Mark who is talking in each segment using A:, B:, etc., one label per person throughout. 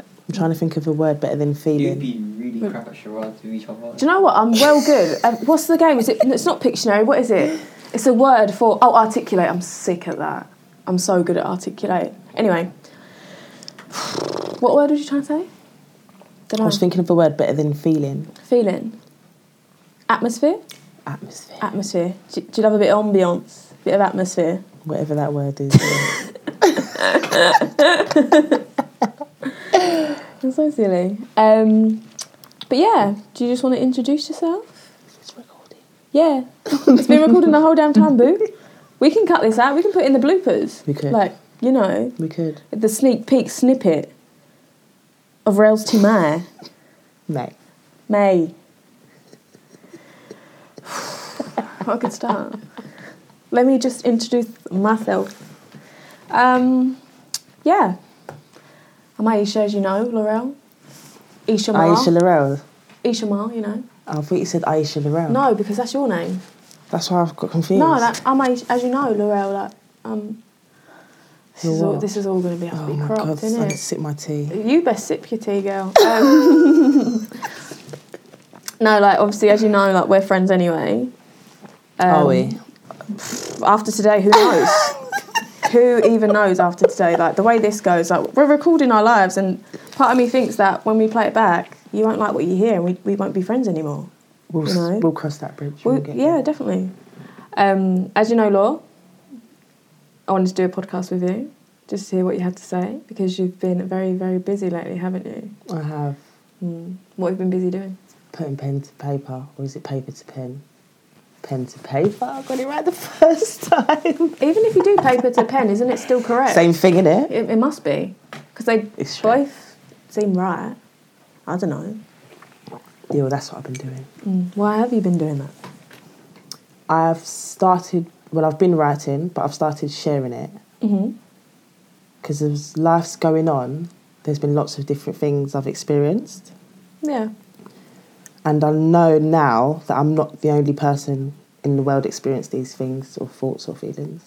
A: I'm trying to think of a word better than
B: You'd
A: feeling.
B: be really crap at charades with each other.
C: Do you know what? I'm well good. Um, what's the game? Is it? It's not Pictionary. What is it? It's a word for oh, articulate. I'm sick at that. I'm so good at articulate. Anyway, what word was you trying to say? Did
A: I
C: I
A: was thinking of a word better than feeling.
C: feeling? Atmosphere.
A: Atmosphere.
C: Atmosphere. Do, do you love a bit of ambience? Bit of atmosphere.
A: Whatever that word is. yeah.
C: I'm so silly. Um, but yeah, do you just want to introduce yourself?
A: It's recorded.
C: Yeah, it's been recording the whole damn time, boo. We can cut this out. We can put in the bloopers.
A: We could.
C: Like you know.
A: we could.
C: the sneak peek snippet of Rails to May.
A: No.
C: May. what a good start. Let me just introduce myself. Um, yeah. I'm Aisha, as you know, Laurel. Isha Mar.
A: Aisha Laurel.
C: Isha Mar, you know.
A: I thought you said Aisha Laurel.
C: No, because that's your name.
A: That's why I've got confused.
C: No, like, I'm Aisha, as you know, Laurel. Like, um, this,
A: You're
C: is all,
A: what?
C: this is all going to be, have to
A: Oh
C: be
A: my
C: cropped,
A: god,
C: isn't
A: I
C: it?
A: need to sip my tea.
C: You best sip your tea, girl. Um, no, like obviously, as you know, like we're friends anyway. Um,
A: Are we?
C: After today, who knows? who even knows after today? Like the way this goes, like we're recording our lives, and part of me thinks that when we play it back, you won't like what you hear, and we, we won't be friends anymore.
A: We'll, s
C: No.
A: we'll cross that bridge. when
C: Well,
A: we get
C: yeah,
A: there.
C: definitely. Um, as you know, Law, I wanted to do a podcast with you just to hear what you had to say because you've been very, very busy lately, haven't you?
A: I have
C: Mm. What have you been busy doing?
A: putting pen to paper, or is it paper to pen? Pen to paper. I got it right the first time.
C: Even if you do paper to pen, isn't it still correct?
A: Same thing, innit?
C: It, it must be because they
A: It's true.
C: both seem right. I don't know.
A: Yeah, well, that's what I've been doing.
C: Why have you been doing that?
A: I've started. Well, I've been writing, but I've started sharing it
C: Mm-hmm.
A: because as life's going on, there's been lots of different things I've experienced,
C: Yeah.
A: and I know now that I'm not the only person in the world experience these things or thoughts or feelings.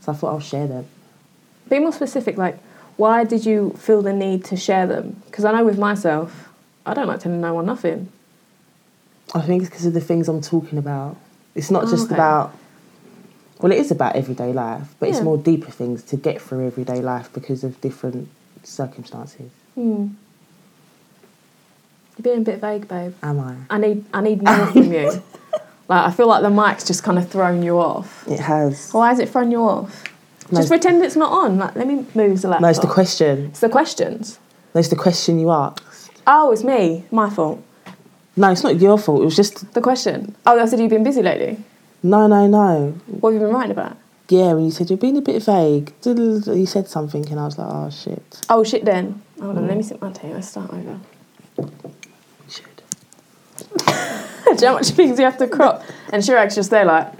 A: So I thought I'll share them.
C: Be more specific. Like, why did you feel the need to share them? Because I know with myself, I don't like telling no one nothing.
A: I think it's because of the things I'm talking about. It's not
C: Oh,
A: just
C: okay.
A: about, well, it is about everyday life, but it's
C: Yeah.
A: more deeper things to get through everyday life because of different circumstances.
C: Mm. You're being a bit vague, babe.
A: Am I?
C: I need I need more from you. Like, I feel like the mic's just kind of thrown you off.
A: It has.
C: Why has it thrown you off?
A: Most-
C: Just pretend it's not on. Like, let me move the laptop.
A: No, it's the question.
C: It's the questions.
A: No, it's the question you asked.
C: Oh, it's me. My fault.
A: No, it's not your fault. It was just,
C: The question. Oh, I said you've been busy lately.
A: no, no, no.
C: What have you been writing about?
A: Yeah, when you said you're being a bit vague, you said something, and I was like, oh, shit.
C: Oh shit, then. Hold on, let me sip my tea. Let's start over.
A: Shit.
C: Do you know how much things you have to crop? And Shirak's just there, like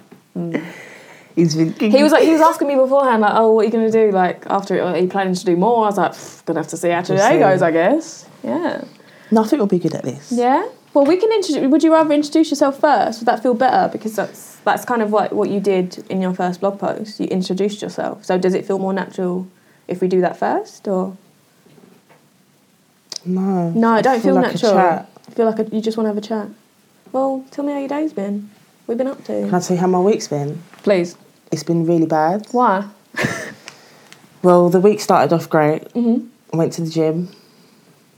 A: He's thinking.
C: he was like he was asking me beforehand, like, oh, what are you gonna do? Like after it, are you planning to do more? I was like, "Pff, gonna have to see how
A: We'll
C: today
A: see.
C: goes, I guess. Yeah.
A: Nothing will be good at this.
C: Yeah. Well, we can introduce. Would you rather introduce yourself first? Would that feel better? Because that's that's kind of what what you did in your first blog post. You introduced yourself. So does it feel more natural if we do that first, or?
A: No.
C: No, I don't feel,
A: like a
C: natural.
A: chat.
C: I feel like a, you just want to have a chat. Well, tell me how your day's been. We've been up
A: Can I
C: to.
A: tell you how my week's been?
C: Please.
A: It's been really bad.
C: Why?
A: Well, the week started off great.
C: Mhm.
A: I went to the gym.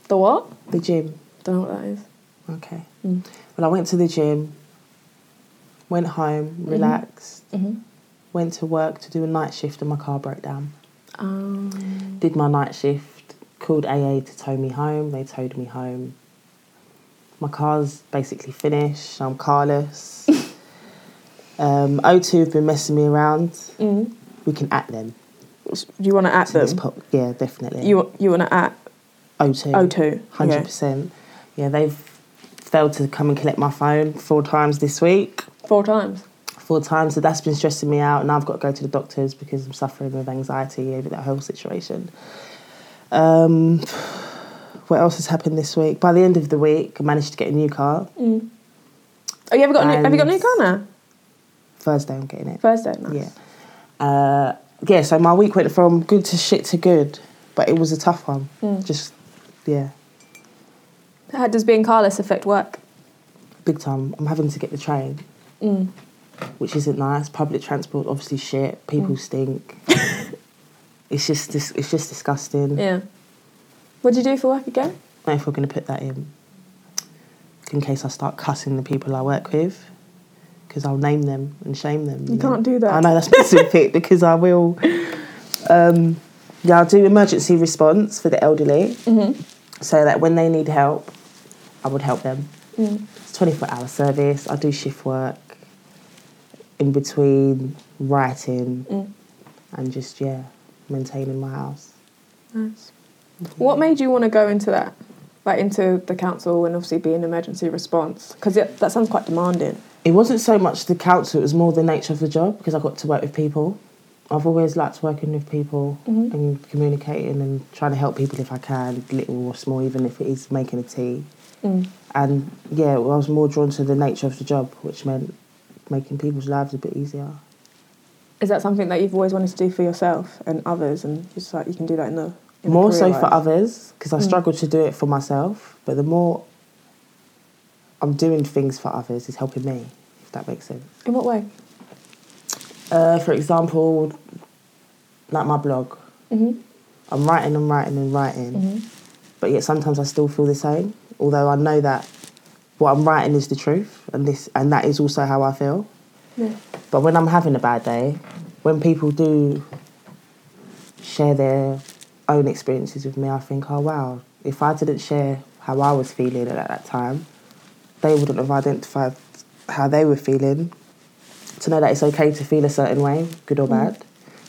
C: The what?
A: The gym.
C: Don't know what that is.
A: Okay.
C: Mm.
A: Well, I went to the gym, went home,
C: Mm-hmm.
A: relaxed,
C: Mhm.
A: went to work to do a night shift, and my car broke down.
C: Um,
A: Did my night shift, called AA to tow me home. They towed me home. My car's basically finished. I'm carless. um, O2 have been messing me around.
C: mm.
A: We can at them.
C: Do you want to at
A: to
C: them?
A: this pop. Yeah, definitely.
C: Mm-hmm. You you Oh, want to at
A: O2.
C: O2?
A: hundred
C: Okay.
A: percent. Yeah, they've failed to come and collect my phone four times this week.
C: Four times.
A: Four times, so that's been stressing me out, and I've got to go to the doctors because I'm suffering with anxiety over that whole situation. Um, what else has happened this week? By the end of the week, I managed to get a new car.
C: Mm. Oh, you ever got a new, have you got a new
A: And-
C: car now?
A: Thursday, I'm getting it.
C: Thursday. Nice.
A: Yeah. Uh, yeah, so my week went from good to shit to good, but it was a tough one.
C: Mm.
A: Just yeah,
C: How does being carless affect work?
A: big time. I'm having to get the train,
C: Mm.
A: which isn't nice. Public transport, obviously, shit. People stink. it's just dis- it's just disgusting.
C: Yeah. What do you do for work
A: I
C: again?
A: don't know if we're going to put that in, in case I start cussing the people I work with, because I'll name them and shame them.
C: You can't do that.
A: I know that's specific because I will. Um, yeah, I'll do emergency response for the elderly,
C: Mm-hmm.
A: so that when they need help, I would help them.
C: Mm.
A: It's twenty four hour service. I do shift work in between writing
C: Mm.
A: and just yeah maintaining my house.
C: Nice. What made you want to go into that? Like into the council and obviously be an emergency response? Because that sounds quite demanding.
A: It wasn't so much the council, it was more the nature of the job because I got to work with people. I've always liked working with people
C: Mhm.
A: and communicating and trying to help people if I can, little or small, even if it is making a tea.
C: Mm.
A: And yeah, well, I was more drawn to the nature of the job, which meant making people's lives a bit easier.
C: Is that something that you've always wanted to do for yourself and others? And just like you can do that in the in
A: more so
C: career
A: for
C: life?
A: others because I
C: Mm.
A: struggle to do it for myself, but the more I'm doing things for others is helping me, if that makes sense.
C: In what way?
A: Uh, for example, like my blog.
C: Mm-hmm.
A: I'm writing and writing and writing, but yet sometimes I still feel the same. Although I know that what I'm writing is the truth, and this and that is also how I feel.
C: Yeah.
A: But when I'm having a bad day, when people do share their own experiences with me, I think, oh wow, if I didn't share how I was feeling at that time, they wouldn't have identified how they were feeling. To know that it's okay to feel a certain way, good or bad.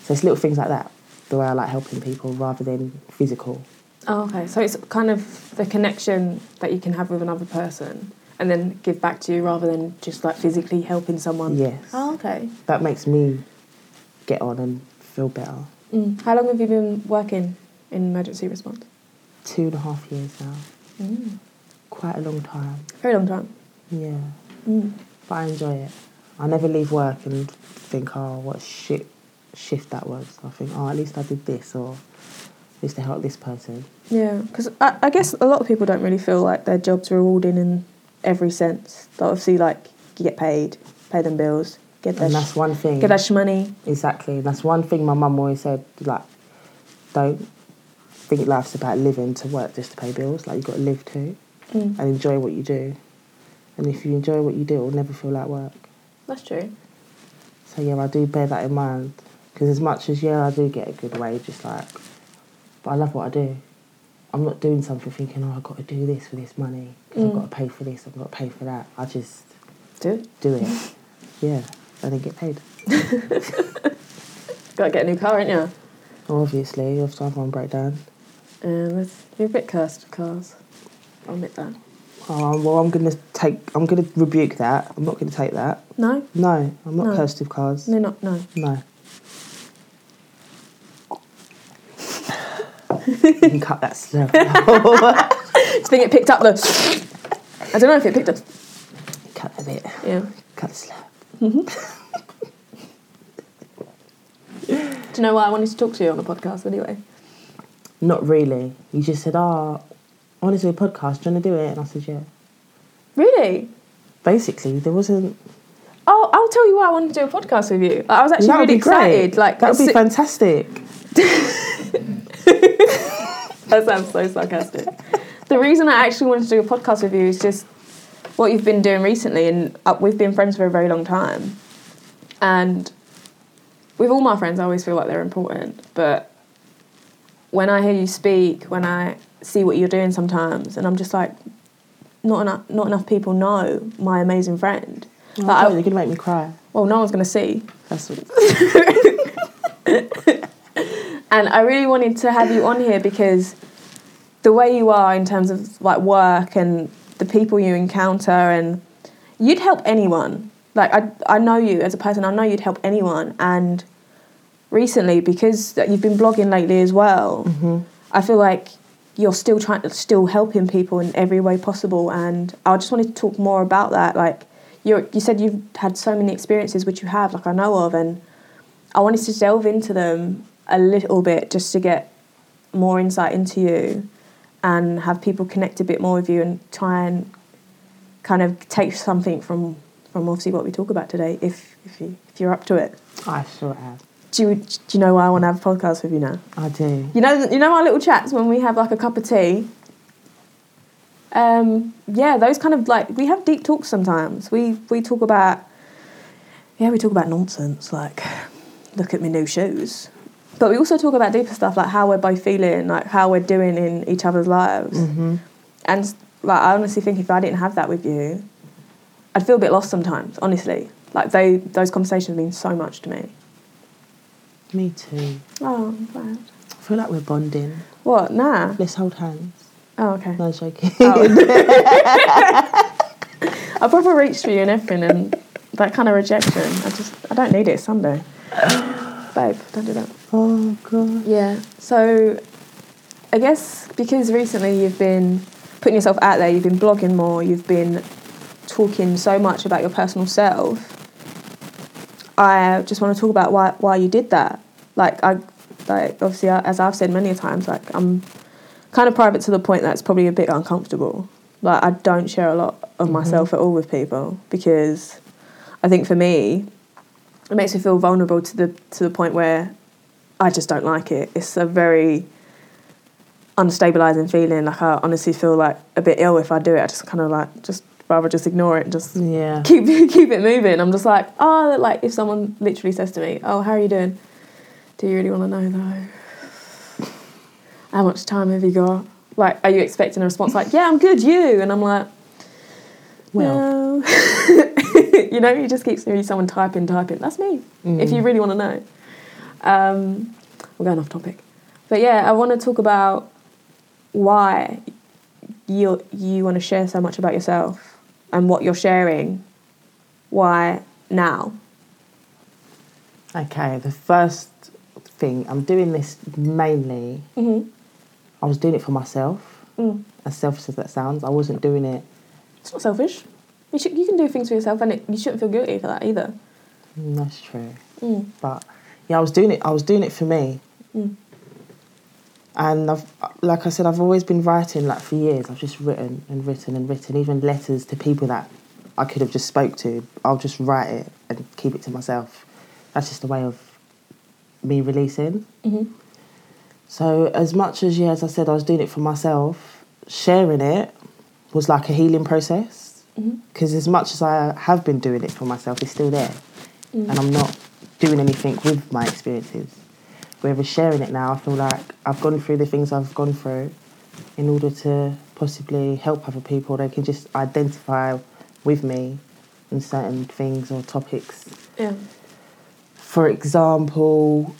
A: So it's little things like that, the way I like helping people rather than physical.
C: Oh, okay. So it's kind of the connection that you can have with another person and then give back to you rather than just like physically helping someone.
A: Yes.
C: Oh, okay.
A: That makes me get on and feel better.
C: Mm. How long have you been working in emergency response?
A: Two and a half years now.
C: Mm.
A: Quite a long time.
C: Very long time.
A: Yeah.
C: Mm.
A: But I enjoy it. I never leave work and think, oh, what shit shift that was. I think, oh, at least I did this or at least I helped this person.
C: Yeah, because I, I guess a lot of people don't really feel like their job's rewarding in every sense. Like obviously, like you get paid, pay them bills, get that,
A: And that's
C: sh-
A: one thing.
C: get that sh- money.
A: Exactly. That's one thing my mum always said, like, don't think life's about living to work just to pay bills. Like, you've got to live too
C: Mm.
A: and enjoy what you do. And if you enjoy what you do, it'll never feel like work.
C: That's true.
A: So, yeah, I do bear that in mind. Because as much as, yeah, I do get a good wage, it's like, but I love what I do. I'm not doing something thinking, oh, I've got to do this for this money. 'cause I've
C: Mm.
A: got to pay for this, I've got to pay for that. I just
C: Do it.
A: do it. yeah, and then get paid.
C: Got to get a new car, ain't you?
A: Obviously, if someone break down.
C: Um, it's- you're a bit cursed with cars. I'll admit that.
A: Oh, well, I'm gonna take. I'm gonna rebuke that. I'm not gonna take that.
C: No,
A: No, I'm not
C: No.
A: cursed with cars.
C: no, not no.
A: No. you can cut that stuff. out.
C: Just think it picked up though. I don't know if it picked up.
A: cut the bit.
C: Yeah.
A: Cut the slap.
C: Do you know why I wanted to talk to you on a podcast anyway?
A: Not really. You just said, "Ah, oh, I want to do a podcast. Do you want to do it?" And I said, "Yeah."
C: Really?
A: Basically, there wasn't.
C: Oh, I'll tell you why I wanted to do a podcast with you. Like, I was actually
A: that would
C: really
A: be great.
C: excited. Like
A: that would be
C: si-
A: fantastic.
C: That sounds so sarcastic. the reason I actually wanted to do a podcast with you is just what you've been doing recently, and uh, we've been friends for a very long time. And with all my friends, I always feel like they're important. But when I hear you speak, when I see what you're doing sometimes, and I'm just like, not enough, not enough people know my amazing friend.
A: Oh,
C: Like, I-
A: God, you're gonna make me cry.
C: well, no one's going to see.
A: That's what.
C: and I really wanted to have you on here because the way you are in terms of like work and the people you encounter and you'd help anyone like I, I know you as a person I know you'd help anyone and recently because that you've been blogging lately as well I feel like you're still trying to still helping people in every way possible and I just wanted to talk more about that like you you said you've had so many experiences which you have like I know of and I wanted to delve into them a little bit just to get more insight into you and have people connect a bit more with you and try and kind of take something from from obviously what we talk about today if if you if you're up to it.
A: I sure am.
C: Do you, do you know why I want to have a podcast with you now?
A: I do.
C: You know, you know our little chats when we have like a cup of tea. Um, yeah, those kind of like we have deep talks sometimes. We we talk about yeah, we talk about nonsense like look at me new shoes, but we also talk about deeper stuff like how we're both feeling, like how we're doing in each other's lives.
A: Mm-hmm.
C: And like I honestly think if I didn't have that with you, I'd feel a bit lost sometimes. Honestly, like they those conversations mean so much to me.
A: Me too.
C: Oh, I'm glad.
A: I feel like we're bonding.
C: What? Nah.
A: Let's hold hands.
C: Oh, okay.
A: No I'm joking.
C: Oh. I proper reached for you and everything, and that kind of rejection. I just, I don't need it Sunday. Babe, don't do that.
A: oh god.
C: Yeah. So, I guess because recently you've been putting yourself out there, you've been blogging more, you've been talking so much about your personal self. I just want to talk about why why you did that. Like I, like obviously I- as I've said many a times, like I'm kind of private to the point that's probably a bit uncomfortable. Like I don't share a lot of myself at all with people because I think for me it makes me feel vulnerable to the to the point where I just don't like it. It's a very unstabilizing feeling. Like I honestly feel like a bit ill if I do it. I just kind of like just rather just ignore it and just
A: Yeah.
C: keep keep it moving. I'm just like, oh, like if someone literally says to me, oh, how are you doing? Do you really want to know though? How much time have you got? Like, are you expecting a response like, yeah, I'm good, you? And I'm like,
A: Well.
C: well, you know, you just keep seeing someone typing, typing. That's me. If you really want to know, um, we're going off topic. But yeah, I want to talk about why you you want to share so much about yourself and what you're sharing. Why now?
A: Okay. The first thing I'm doing this mainly.
C: Mm-hmm.
A: I was doing it for myself.
C: Mm.
A: As selfish as that sounds, I wasn't doing it.
C: It's not selfish. You should, you can do things for yourself, and it, you shouldn't feel guilty for that either.
A: Mm, That's true.
C: Mm.
A: But yeah, I was doing it. I was doing it for me.
C: Mm.
A: And I've, like I said, I've always been writing. Like for years, I've just written and written and written. Even letters to people that I could have just spoke to. I'll just write it and keep it to myself. That's just a way of me releasing.
C: Mm-hmm.
A: So as much as yeah, as I said, I was doing it for myself. Sharing it was like a healing process
C: Mm-hmm.
A: because as much as I have been doing it for myself, it's still there, and I'm not doing anything with my experiences. Whereas sharing it now, I feel like I've gone through the things I've gone through in order to possibly help other people. They can just identify with me in certain things or topics
C: Yeah.
A: for example,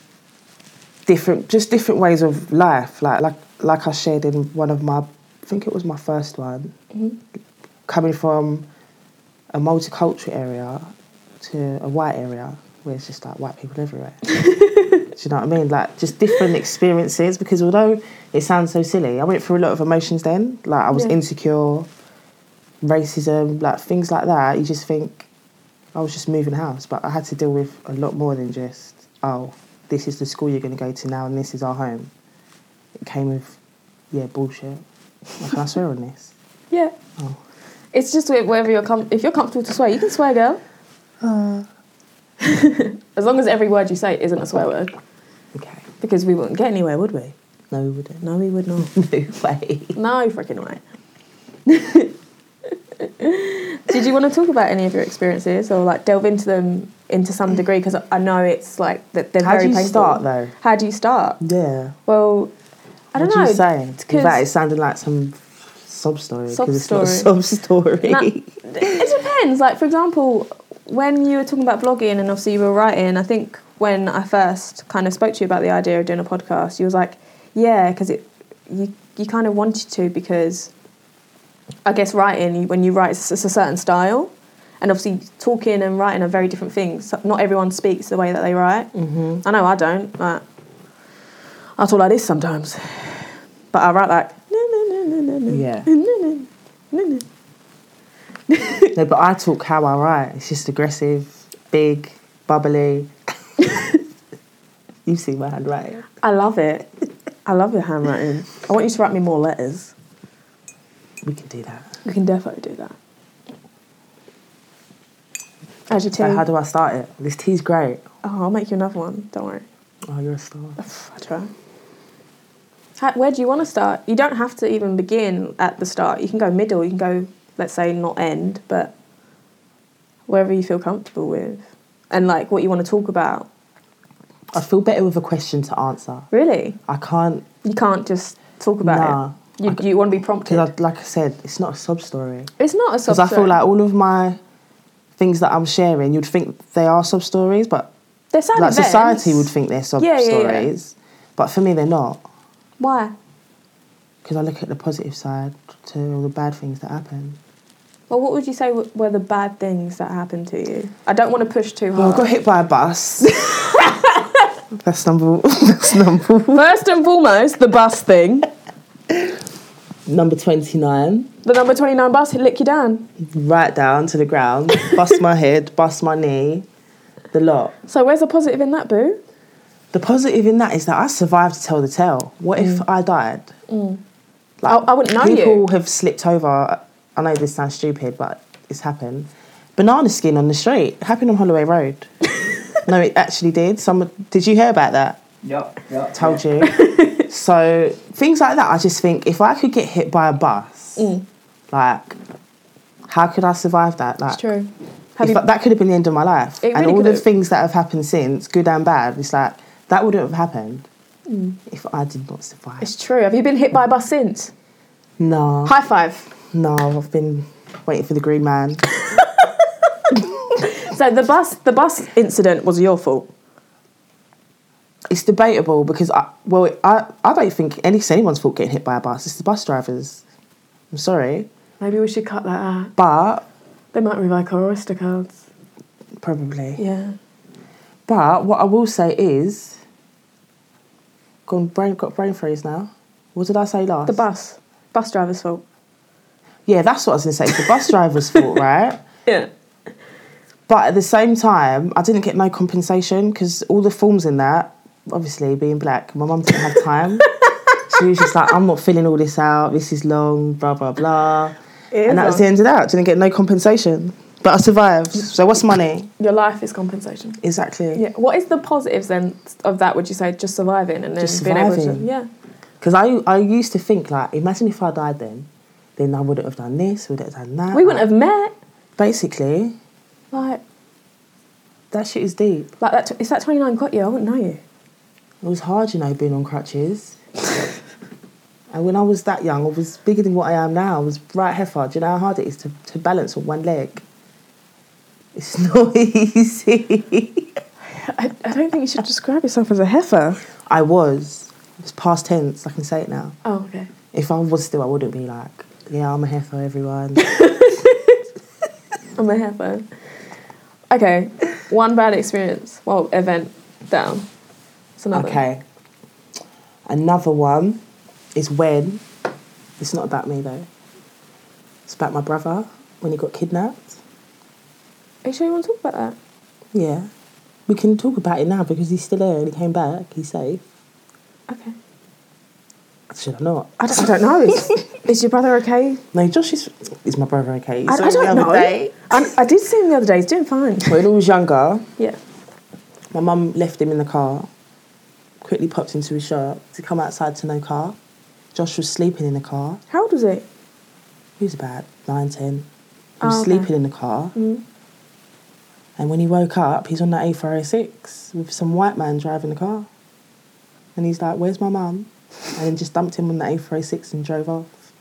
A: different just different ways of life. Like like like I shared in one of my I think it was my first one.
C: Mhm.
A: Coming from a multicultural area to a white area where it's just like white people everywhere. Do you know what I mean? Like just different experiences because although it sounds so silly, I went through a lot of emotions then. Like I was
C: Yeah.
A: insecure, racism, like things like that. You just think I was just moving house, but I had to deal with a lot more than just, oh, this is the school you're going to go to now and this is our home. It came with, yeah, bullshit. Like, can I swear on this?
C: Yeah.
A: Oh.
C: It's just wh- whether you're com- if you're comfortable to swear, you can swear, girl. As long as every word you say isn't a swear word,
A: Okay.
C: because we wouldn't get anywhere, would we?
A: No, we wouldn't.
C: No, we would not.
A: No way.
C: No freaking way. Did you want to talk about any of your experiences or like delve into them into some degree? Because I know it's like that they're
A: How
C: very
A: do you
C: painful.
A: start, though?
C: How do you start?
A: Yeah.
C: Well, I don't
A: what
C: know.
A: are you saying?
C: 'cause-
A: Without it sounding like some sob story.
C: Sob
A: 'cause it's not a
C: story.
A: sob story.
C: Nah, it depends. Like for example, when you were talking about blogging and obviously you were writing, I think when I first kind of spoke to you about the idea of doing a podcast, you was like, "Yeah," because it you you kind of wanted to because I guess writing you- when you write it's it's a certain style, and obviously talking and writing are very different things. So Not everyone speaks the way that they write.
A: Mhm.
C: I know I don't. Like, I talk like this sometimes, but I write like.
A: Yeah. no, but I talk how I write. It's just aggressive, big, bubbly. you see my handwriting.
C: I love it. I love your handwriting. I want you to write me more letters.
A: We can do that.
C: We can definitely do that. How's your tea?
A: So how do I start it? This tea's great.
C: oh, I'll make you another one. Don't worry.
A: Oh, you're a star.
C: I try. How, where do you want to start? You don't have to even begin at the start. You can go middle. You can go, let's say, not end, but wherever you feel comfortable with, and like what you want to talk about.
A: I feel better with a question to answer.
C: Really,
A: I can't
C: you can't just talk about
A: Nah.
C: it. You, you want to be prompted.
A: because, like I said, it's not a sub story.
C: it's not a
A: Because I
C: subject.
A: feel like all of my things that I'm sharing, you'd think they are sub stories, but
C: they're sad
A: like
C: events.
A: society would think they're sub
C: Yeah, yeah, yeah.
A: stories. But for me, they're not.
C: Why?
A: Because I look at the positive side to all the bad things that happen.
C: Well, what would you say w- were the bad things that happened to you? I don't want to push too
A: Well,
C: hard.
A: I got hit by a bus. that's number that's number
C: First and foremost, the bus thing.
A: number twenty nine.
C: The number twenty nine bus hit lick you down.
A: Right down to the ground. Bust my head. Bust my knee. The lot.
C: So where's the positive in that, boo?
A: The positive in that is that I survived to tell the tale. What
C: Mm.
A: if I died?
C: I, I wouldn't know
A: People
C: you.
A: have slipped over. I know this sounds stupid, but it's happened. Banana skin on the street. Happened on Holloway Road. no, it actually did. Someone did you hear about that?
B: Yep, yep.
A: Told you. so things like that. I just think if I could get hit by a bus,
C: Mm.
A: like how could I survive that? Like
C: It's true. Have
A: if
C: you,
A: that- that could have been the end of my life.
C: It
A: and
C: really
A: all the
C: could've.
A: things that have happened since, good and bad, it's like that wouldn't have happened if I did not survive.
C: Mm. it's true. Have you been hit by a bus since?
A: No,
C: High five.
A: no, I've been waiting for the green man.
C: So the bus, the bus incident was your fault.
A: It's debatable because I well I I don't think any it's anyone's fault getting hit by a bus. It's the bus drivers. I'm sorry,
C: Maybe we should cut that out.
A: but
C: They might revoke our Oyster cards.
A: probably.
C: Yeah.
A: But what I will say is, gone brain got brain freeze now. What did I say last?
C: The bus, bus driver's fault.
A: Yeah, that's what I was gonna say. It's the bus driver's fault, right?
C: Yeah.
A: But at the same time, I didn't get no compensation because all the forms in that, obviously being black, my mum didn't have time. she was just like, I'm not filling all this out. This is long, blah, blah, blah.
C: It is
A: and that was the
C: long.
A: end of that. Didn't get no compensation. But I survived. So what's money?
C: Your life is compensation.
A: Exactly.
C: Yeah. What is the positives then of that? Would you say just Uh-huh. surviving and then
A: Just
C: being able to?
A: surviving.
C: Yeah.
A: Because I, I used to think, like, imagine if I died then. Then I wouldn't have done this, wouldn't have done that.
C: We wouldn't have met.
A: Basically,
C: Like,
A: that shit is deep.
C: like that. Is that twenty nine got you? I wouldn't know you.
A: It was hard, you know, being on crutches. and when I was that young, I was bigger than what I am now. I was right heifer. Do you know how hard it is to, to balance on one leg? It's not easy.
C: I, I don't think you should describe yourself as a heifer.
A: I was. It's past tense. I can say it now.
C: Oh, okay.
A: If I was still, I wouldn't be like, yeah, I'm a heifer, everyone.
C: I'm a heifer. Okay. One bad experience. Well, event down. It's another.
A: okay. Another one is when. It's not about me though. It's about my brother when he got kidnapped.
C: Are you sure you want to talk about that?
A: Yeah. We can talk about it now because he's still there and he came back. He's safe.
C: Okay.
A: Should I not?
C: I don't, I don't know. Is, is your brother okay?
A: No, Josh is, is my brother, okay? He
C: I,
A: saw
C: I
A: him
C: don't
A: the
C: know.
A: other day.
C: I, I did see him the other day. He's doing fine.
A: When he was younger,
C: Yeah.
A: my mum left him in the car, quickly popped into his shop to come outside to no car. Josh was sleeping in the car.
C: How old was he?
A: He was about nine, ten. He was
C: Oh, okay.
A: sleeping in the car.
C: Mm.
A: And when he woke up, he's on that A406 with some white man driving the car. And he's like, Where's my mum? And then just dumped him on the A406 and drove off.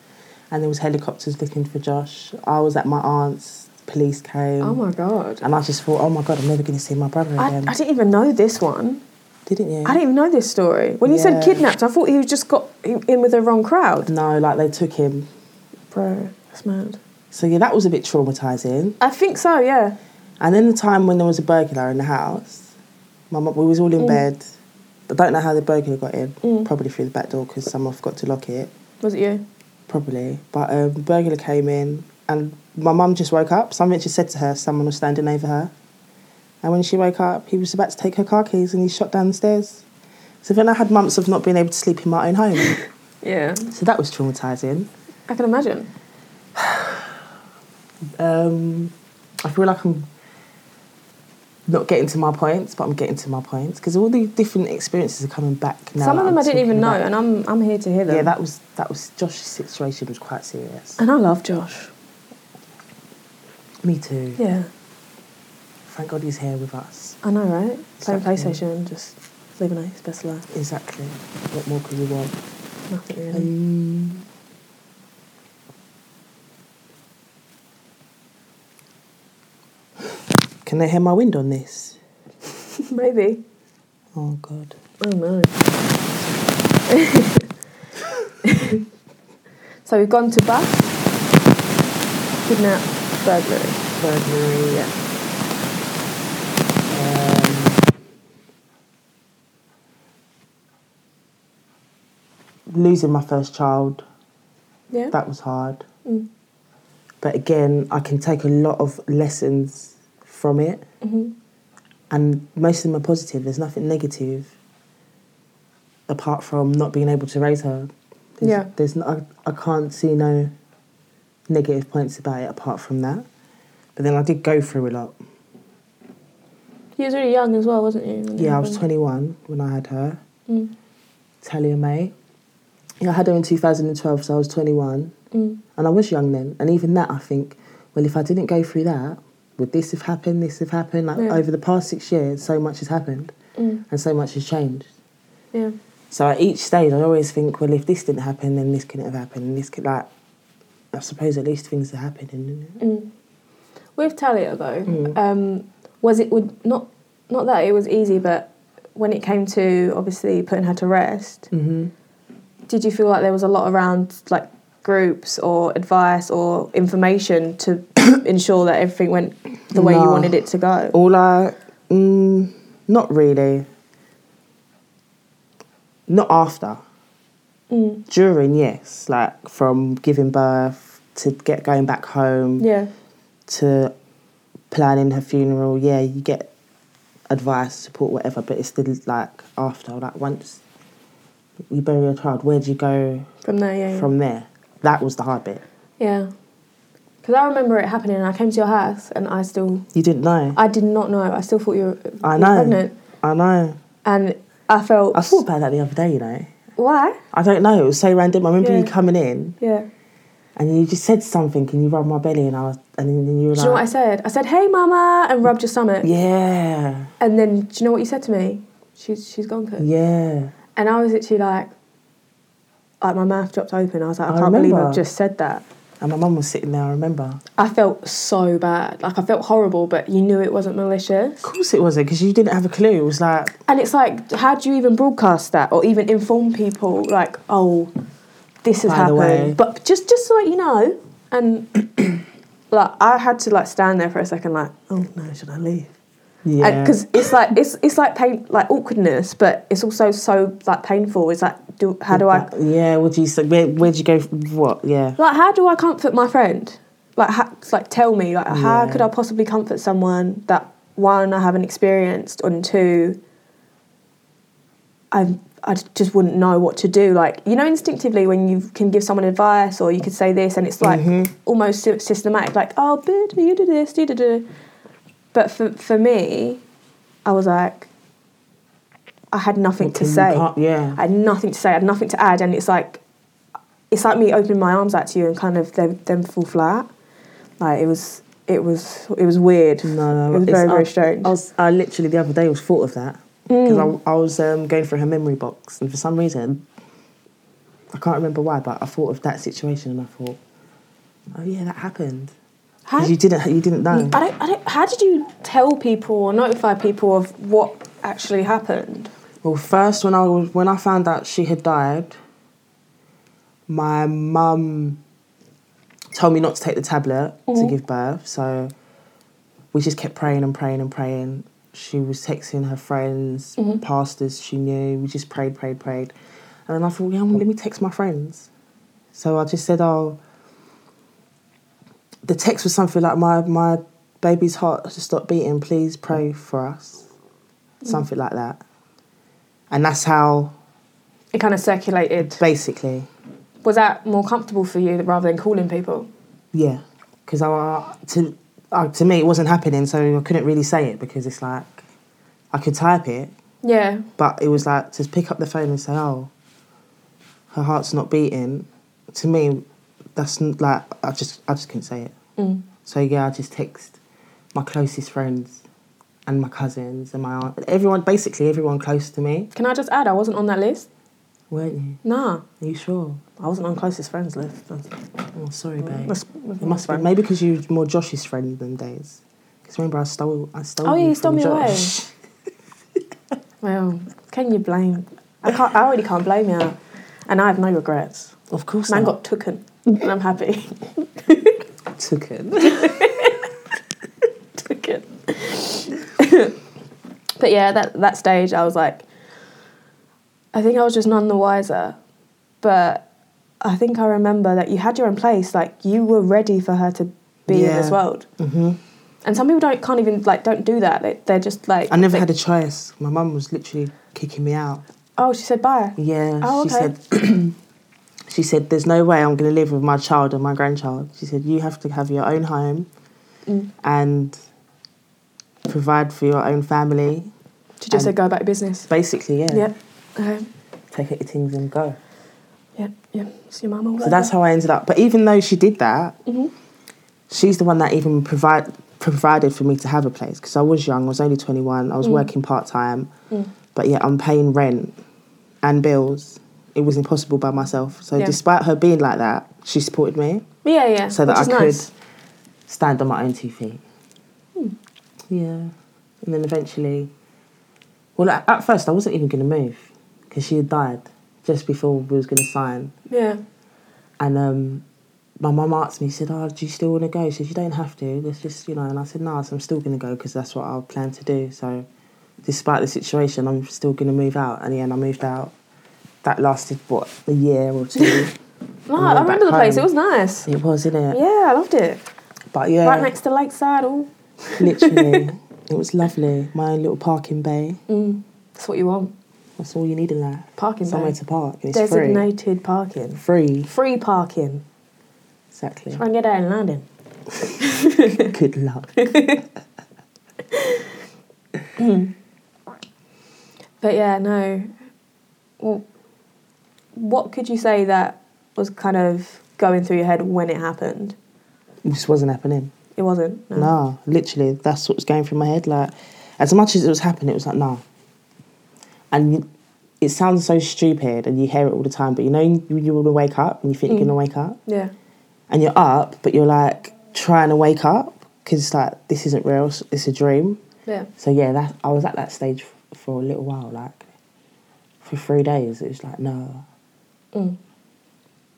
A: And there was helicopters looking for Josh. I was at my aunt's, police came.
C: Oh my god.
A: And I just thought, oh my God, I'm never going to see my brother
C: I,
A: again.
C: I didn't even know this one.
A: Didn't you?
C: I didn't even know this story. When you
A: Yeah.
C: said kidnapped, I thought he was just got in in with the wrong crowd.
A: No, like they took him.
C: Bro, that's mad.
A: So yeah, that was a bit traumatising.
C: I think so, yeah.
A: And then the time when there was a burglar in the house, my mum, we was all in bed. I don't know how the burglar got in.
C: Mm.
A: Probably through the back door because someone forgot to lock it.
C: Was it you?
A: Probably. But um, the burglar came in and my mum just woke up. Something just said to her, someone was standing over her. And when she woke up, he was about to take her car keys and he shot down the stairs. So then I had months of not being able to sleep in my own home.
C: Yeah.
A: so that was traumatizing.
C: I can imagine.
A: Um, I feel like I'm not getting to my points, but I'm getting to my points because all the different experiences are coming back now.
C: Some
A: that
C: of
A: I'm
C: them I didn't even
A: talking
C: know,
A: about.
C: and I'm I'm here to hear them. Uh,
A: yeah, that was that was Josh's situation was quite serious.
C: And I love Josh.
A: Me too.
C: Yeah,
A: Thank God he's here with us.
C: I know, right? Playing
A: Exactly.
C: PlayStation, just living his best life.
A: Exactly. What more could you want?
C: Nothing really.
A: Um, can they hear my wind on this?
C: Maybe.
A: Oh God.
C: Oh no. so we've gone to bus, kidnap, burglary.
A: Burglary.
C: Yeah.
A: Um, losing my first child.
C: Yeah.
A: That was hard.
C: Mm.
A: But again, I can take a lot of lessons from it.
C: hmm
A: and most of them are positive. There's nothing negative apart from not being able to raise her. There's,
C: Yeah.
A: There's no, I, I can't see no negative points about it apart from that. But then I did go through a lot.
C: He was really young as well, wasn't he? when it
A: Yeah, I was
C: happened?
A: 21 when I had her,
C: Mm.
A: Talia May. Yeah, I had her in 2012, so I was 21.
C: Mm.
A: And I was young then. And even that, I think, well, if I didn't go through that, would this have happened? This have happened? Like
C: Yeah.
A: over the past six years, so much has happened
C: Mm.
A: and so much has changed.
C: Yeah.
A: So at each stage, I always think, well, if this didn't happen, then this couldn't have happened, and this could like. I suppose at least things are happening. innit?
C: Mm. With Talia though,
A: Mm.
C: um, was it would not not that it was easy, but when it came to obviously putting her to rest,
A: Mhm.
C: did you feel like there was a lot around like groups or advice or information to ensure that everything went the way you
A: No.
C: wanted it to go?
A: All I, mm, not really. Not after,
C: Mm.
A: during yes, like from giving birth to get going back home
C: Yeah.
A: to planning her funeral. Yeah, you get advice, support, whatever, but it's still like after, like once you bury a child, where do you go
C: From there, yeah. yeah.
A: from there. That was the hard bit.
C: yeah. Because I remember it happening, and I came to your house, and I still,
A: You didn't know. I,
C: I did not know. I still thought you were
A: I
C: you were
A: know.
C: pregnant,
A: know.
C: and I felt.
A: I thought about that the other day, you know.
C: why?
A: I don't know. It was so random. I remember you
C: Yeah.
A: coming in
C: Yeah.
A: and you just said something and you rubbed my belly and I was, and then- then you were
C: Do you know what I
A: like,
C: said? I said, "Hey, mama," and rubbed your stomach.
A: yeah,
C: And then, do you know what you said to me? She's she's gone. Cook.
A: yeah.
C: And I was literally like, like my mouth dropped open. I was like, I,
A: I
C: can't believe
A: remember.
C: I've just said that.
A: And my mum was sitting there, I remember.
C: I felt so bad. Like I felt horrible, but you knew it wasn't malicious.
A: Of course it wasn't because you didn't have a clue. It was like,
C: And it's like, how do you even broadcast that or even inform people? Like, oh, this has
A: By the
C: happened.
A: way.
C: But just just so that you know, and like I had to like stand there for a second, like, oh no, should I leave?
A: yeah.
C: because it's like it's it's like pain like awkwardness, but it's also so like painful. It's like do how do I
A: Yeah, what do you say? Where, where'd you go? From, what? Yeah.
C: like how do I comfort my friend? Like ha like tell me like how
A: Yeah.
C: could I possibly comfort someone that one I haven't experienced and two I I just wouldn't know what to do. Like you know instinctively when you can give someone advice or you could say this and it's like
A: Mm-hmm.
C: almost sy- systematic like oh boo, you do this you do do. But for for me, I was like I had nothing to
A: You
C: say.
A: can't- Yeah.
C: I had nothing to say, I had nothing to add, and it's like, it's like me opening my arms out to you and kind of them, them fall flat. Like it was, it was, it was weird.
A: No, no,
C: it was
A: it's-
C: very, very
A: I-
C: strange. Mm.
A: I was, I literally the other day was thought of that because I, I was um, going through her memory box, and for some reason, I can't remember why, but I thought of that situation, and I thought, oh yeah, that happened.
C: how,
A: Because you didn't, you didn't
C: I
A: know.
C: don't, I don't, how did you tell people or notify people of what actually happened?
A: Well, first when I was, when I found out she had died, my mum told me not to take the tablet to give birth. So we just kept praying and praying and praying. She was texting her friends, pastors she knew. We just prayed, prayed, prayed. And then I thought, yeah, well, let me text my friends. So I just said, oh, the text was something like, my, my baby's heart has stopped beating. Please pray for us. Something like that. and that's how
C: It kind of circulated.
A: basically,
C: Was that more comfortable for you rather than calling people?
A: yeah. Because I I- to uh, to me it wasn't happening, so I couldn't really say it because it's like I could type it,
C: Yeah.
A: but it was like to pick up the phone and say, "Oh, her heart's not beating." To me, that's n- like I just I just couldn't say it.
C: Mm.
A: So yeah, I just text my closest friends and my cousins and my aunt, everyone basically everyone close to me.
C: Can I just add, I wasn't on that list?
A: Weren't you?
C: Nah.
A: Are you sure? I wasn't on closest friends list. That's- Oh, sorry, babe.
C: That's-
A: it must be maybe because you're more Josh's friend than Dave's. Because remember, I stole, I stole.
C: Oh, yeah, you stole
A: from
C: me
A: Josh.
C: Well, can you blame? I can't. I already can't blame you, and I have no regrets.
A: Of course,
C: Man
A: I
C: got tooken, and I'm happy.
A: took it.
C: tooken. but yeah, that that stage, I was like, I think I was just none the wiser, but I think I remember that you had your own place. Like you were ready for her to be in this
A: Yeah.
C: world,
A: hmm
C: and some people don't can't even like don't do that. They, they're just like
A: I never
C: they-
A: had a choice. My mum was literally kicking me out.
C: Oh, she said bye.
A: Yeah,
C: Oh,
A: she
C: okay.
A: said. she said, "There's no way I'm going to live with my child and my grandchild." She said, "You have to have your own home
C: Mm.
A: and provide for your own family."
C: She just
A: And-
C: said go about your business.
A: Basically, yeah.
C: Yeah. Okay.
A: Take it things and go.
C: Yeah, yeah. It's your mum all
A: So that's how I ended up. But even though she did that,
C: hmm
A: she's the one that even provide provided for me to have a place because I was young. I was only twenty one. I was
C: Mm.
A: working part time,
C: Mm.
A: but yeah, I'm paying rent and bills. It was impossible by myself. So
C: Yeah.
A: despite her being like that, she supported me.
C: Yeah, yeah.
A: so that
C: which
A: I
C: is
A: could
C: nice. Hmm.
A: stand on my own two feet. Yeah. And then eventually, well, at, at first I wasn't even going to move because she had died just before we was going to sign.
C: Yeah.
A: And um, my mum asked me, she said, oh, do you still want to go? She said, you don't have to. Let's just, you know. And I said, no, so I'm still going to go because that's what I plan to do. So despite the situation, I'm still going to move out. And yeah, and I moved out. That lasted, what, a year or two? And
C: No, I
A: went
C: remember the
A: back
C: place. It
A: home.
C: was nice.
A: it was, innit?
C: Yeah, I loved it.
A: But yeah.
C: Right next to Lakeside. All.
A: Literally. it was lovely. My own little parking bay.
C: Mm. That's what you want.
A: That's all you need in life.
C: Parking.
A: Somewhere
C: bay.
A: to park. And it's
C: Designated parking.
A: free. Free.
C: Free parking.
A: Exactly.
C: Try and get out in London.
A: Good luck.
C: But yeah, no. Well, what could you say that was kind of going through your head when it happened?
A: It just wasn't happening.
C: It wasn't.
A: No, literally. That's what was going through my head. Like, as much as it was happening, it was like, nah. And you, it sounds so stupid and you hear it all the time, but you know when you want to wake up and you think you're
C: Mm.
A: going to wake up
C: Yeah.
A: and you're up, but you're like trying to wake up because like this isn't real, it's a dream.
C: Yeah.
A: So yeah, that I was at that stage f- for a little while, like for three days. It was like, no,
C: Mm.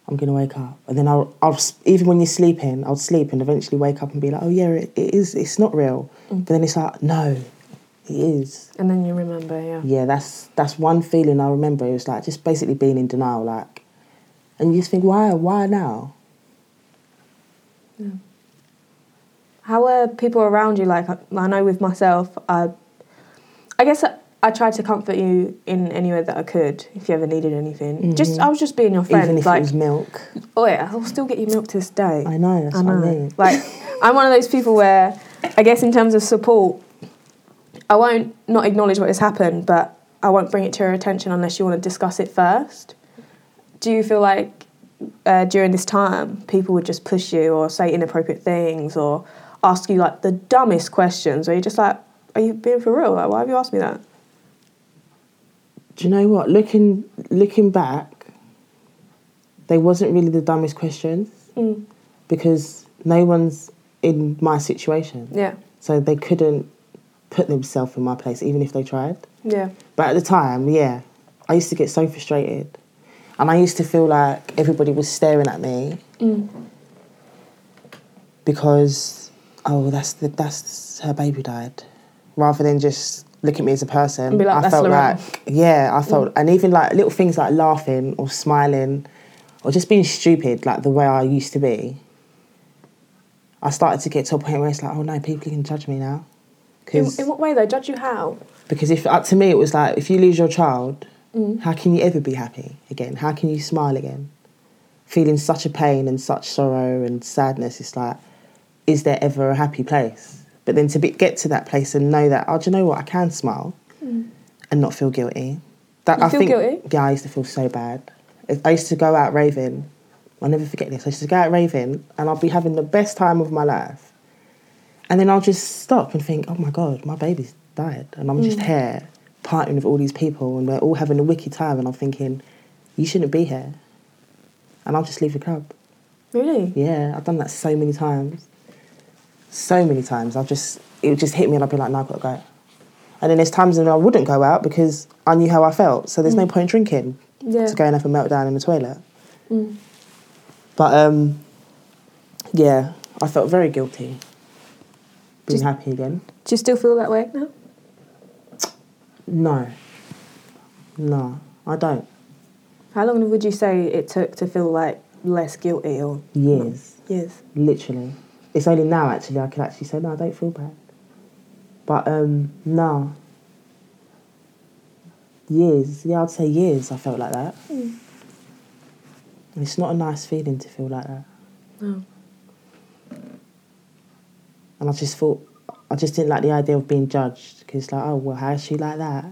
A: I'm gonna wake up, and then I'll, I'll s- even when you're sleeping, I'll sleep and eventually wake up and be like, oh yeah, it, it is, it's not real.
C: Mm.
A: But then it's like, no, it is.
C: And then you remember, yeah.
A: Yeah, that's that's one feeling I remember. It was like just basically being in denial, like, and you just think, why, why now?
C: How were people around you like? I, I know with myself, I, I guess I, I tried to comfort you in any way that I could. If you ever needed anything,
A: Mhm.
C: just I was just being your friend.
A: even if
C: like,
A: it was milk,
C: oh yeah, I'll still get you milk to this day.
A: I know. That's
C: I
A: what I
C: know.
A: mean.
C: Like, I'm one of those people where, I guess in terms of support, I won't not acknowledge what has happened, but I won't bring it to your attention unless you want to discuss it first. Do you feel like uh, during this time people would just push you or say inappropriate things or ask you like the dumbest questions, or you're just like, are you being for real? Like, why have you asked me that?
A: do you know what? Looking looking back, they wasn't really the dumbest questions
C: Mm.
A: because no one's in my situation,
C: Yeah,
A: so they couldn't put themselves in my place, even if they tried.
C: yeah,
A: But at the time, yeah, I used to get so frustrated, and I used to feel like everybody was staring at me
C: mm.
A: because oh, that's the, that's her baby died, rather than just look at me as a person.
C: And be like,
A: I
C: "That's Mm.
A: felt
C: Lorraine."
A: like yeah, I felt and even like little things like laughing or smiling, or just being stupid like the way I used to be. I started to get to a point where it's like, oh no, people can judge me now,
C: In,
A: because
C: in what way though? Judge you how?
A: Because if uh, to me it was like if you lose your child, how can you ever be happy again? How can you smile again? Feeling such a pain and such sorrow and sadness, it's like, is there ever a happy place? But then to be, get to that place and know that, oh, do you know what? I can smile and not feel guilty. That
C: Hmm. You feel guilty?
A: Yeah, I used to feel so bad. I- I used to go out raving. I'll never forget this. I used to go out raving and I'll be having the best time of my life. And then I'll just stop and think, oh my God, my baby's died. And I'm
C: Hmm.
A: just here partying with all these people and we're all having a wicked time. And I'm thinking, you shouldn't be here. And I'll just leave the club.
C: Really?
A: Yeah, I've done that so many times. So many times. I'll just, it would just hit me and I'd be like, no, I've got to go. And then there's times when I wouldn't go out because I knew how I felt. So there's no point drinking
C: Mm. Yeah.
A: to go and have a meltdown in the toilet.
C: Mm.
A: But um, yeah, I felt very guilty being
C: Just-
A: happy again.
C: Do you still feel that way now?
A: No. No, I don't.
C: How long would you say it took to feel like less guilty or
A: Years.
C: years?
A: Literally. It's only now actually I can actually say, no, I don't feel bad. But um no. Years. Yeah, I'd say years I felt like that. And it's not a nice feeling to feel like that.
C: No.
A: And I just thought, I just didn't like the idea of being judged because, like, oh, well, how is she like that?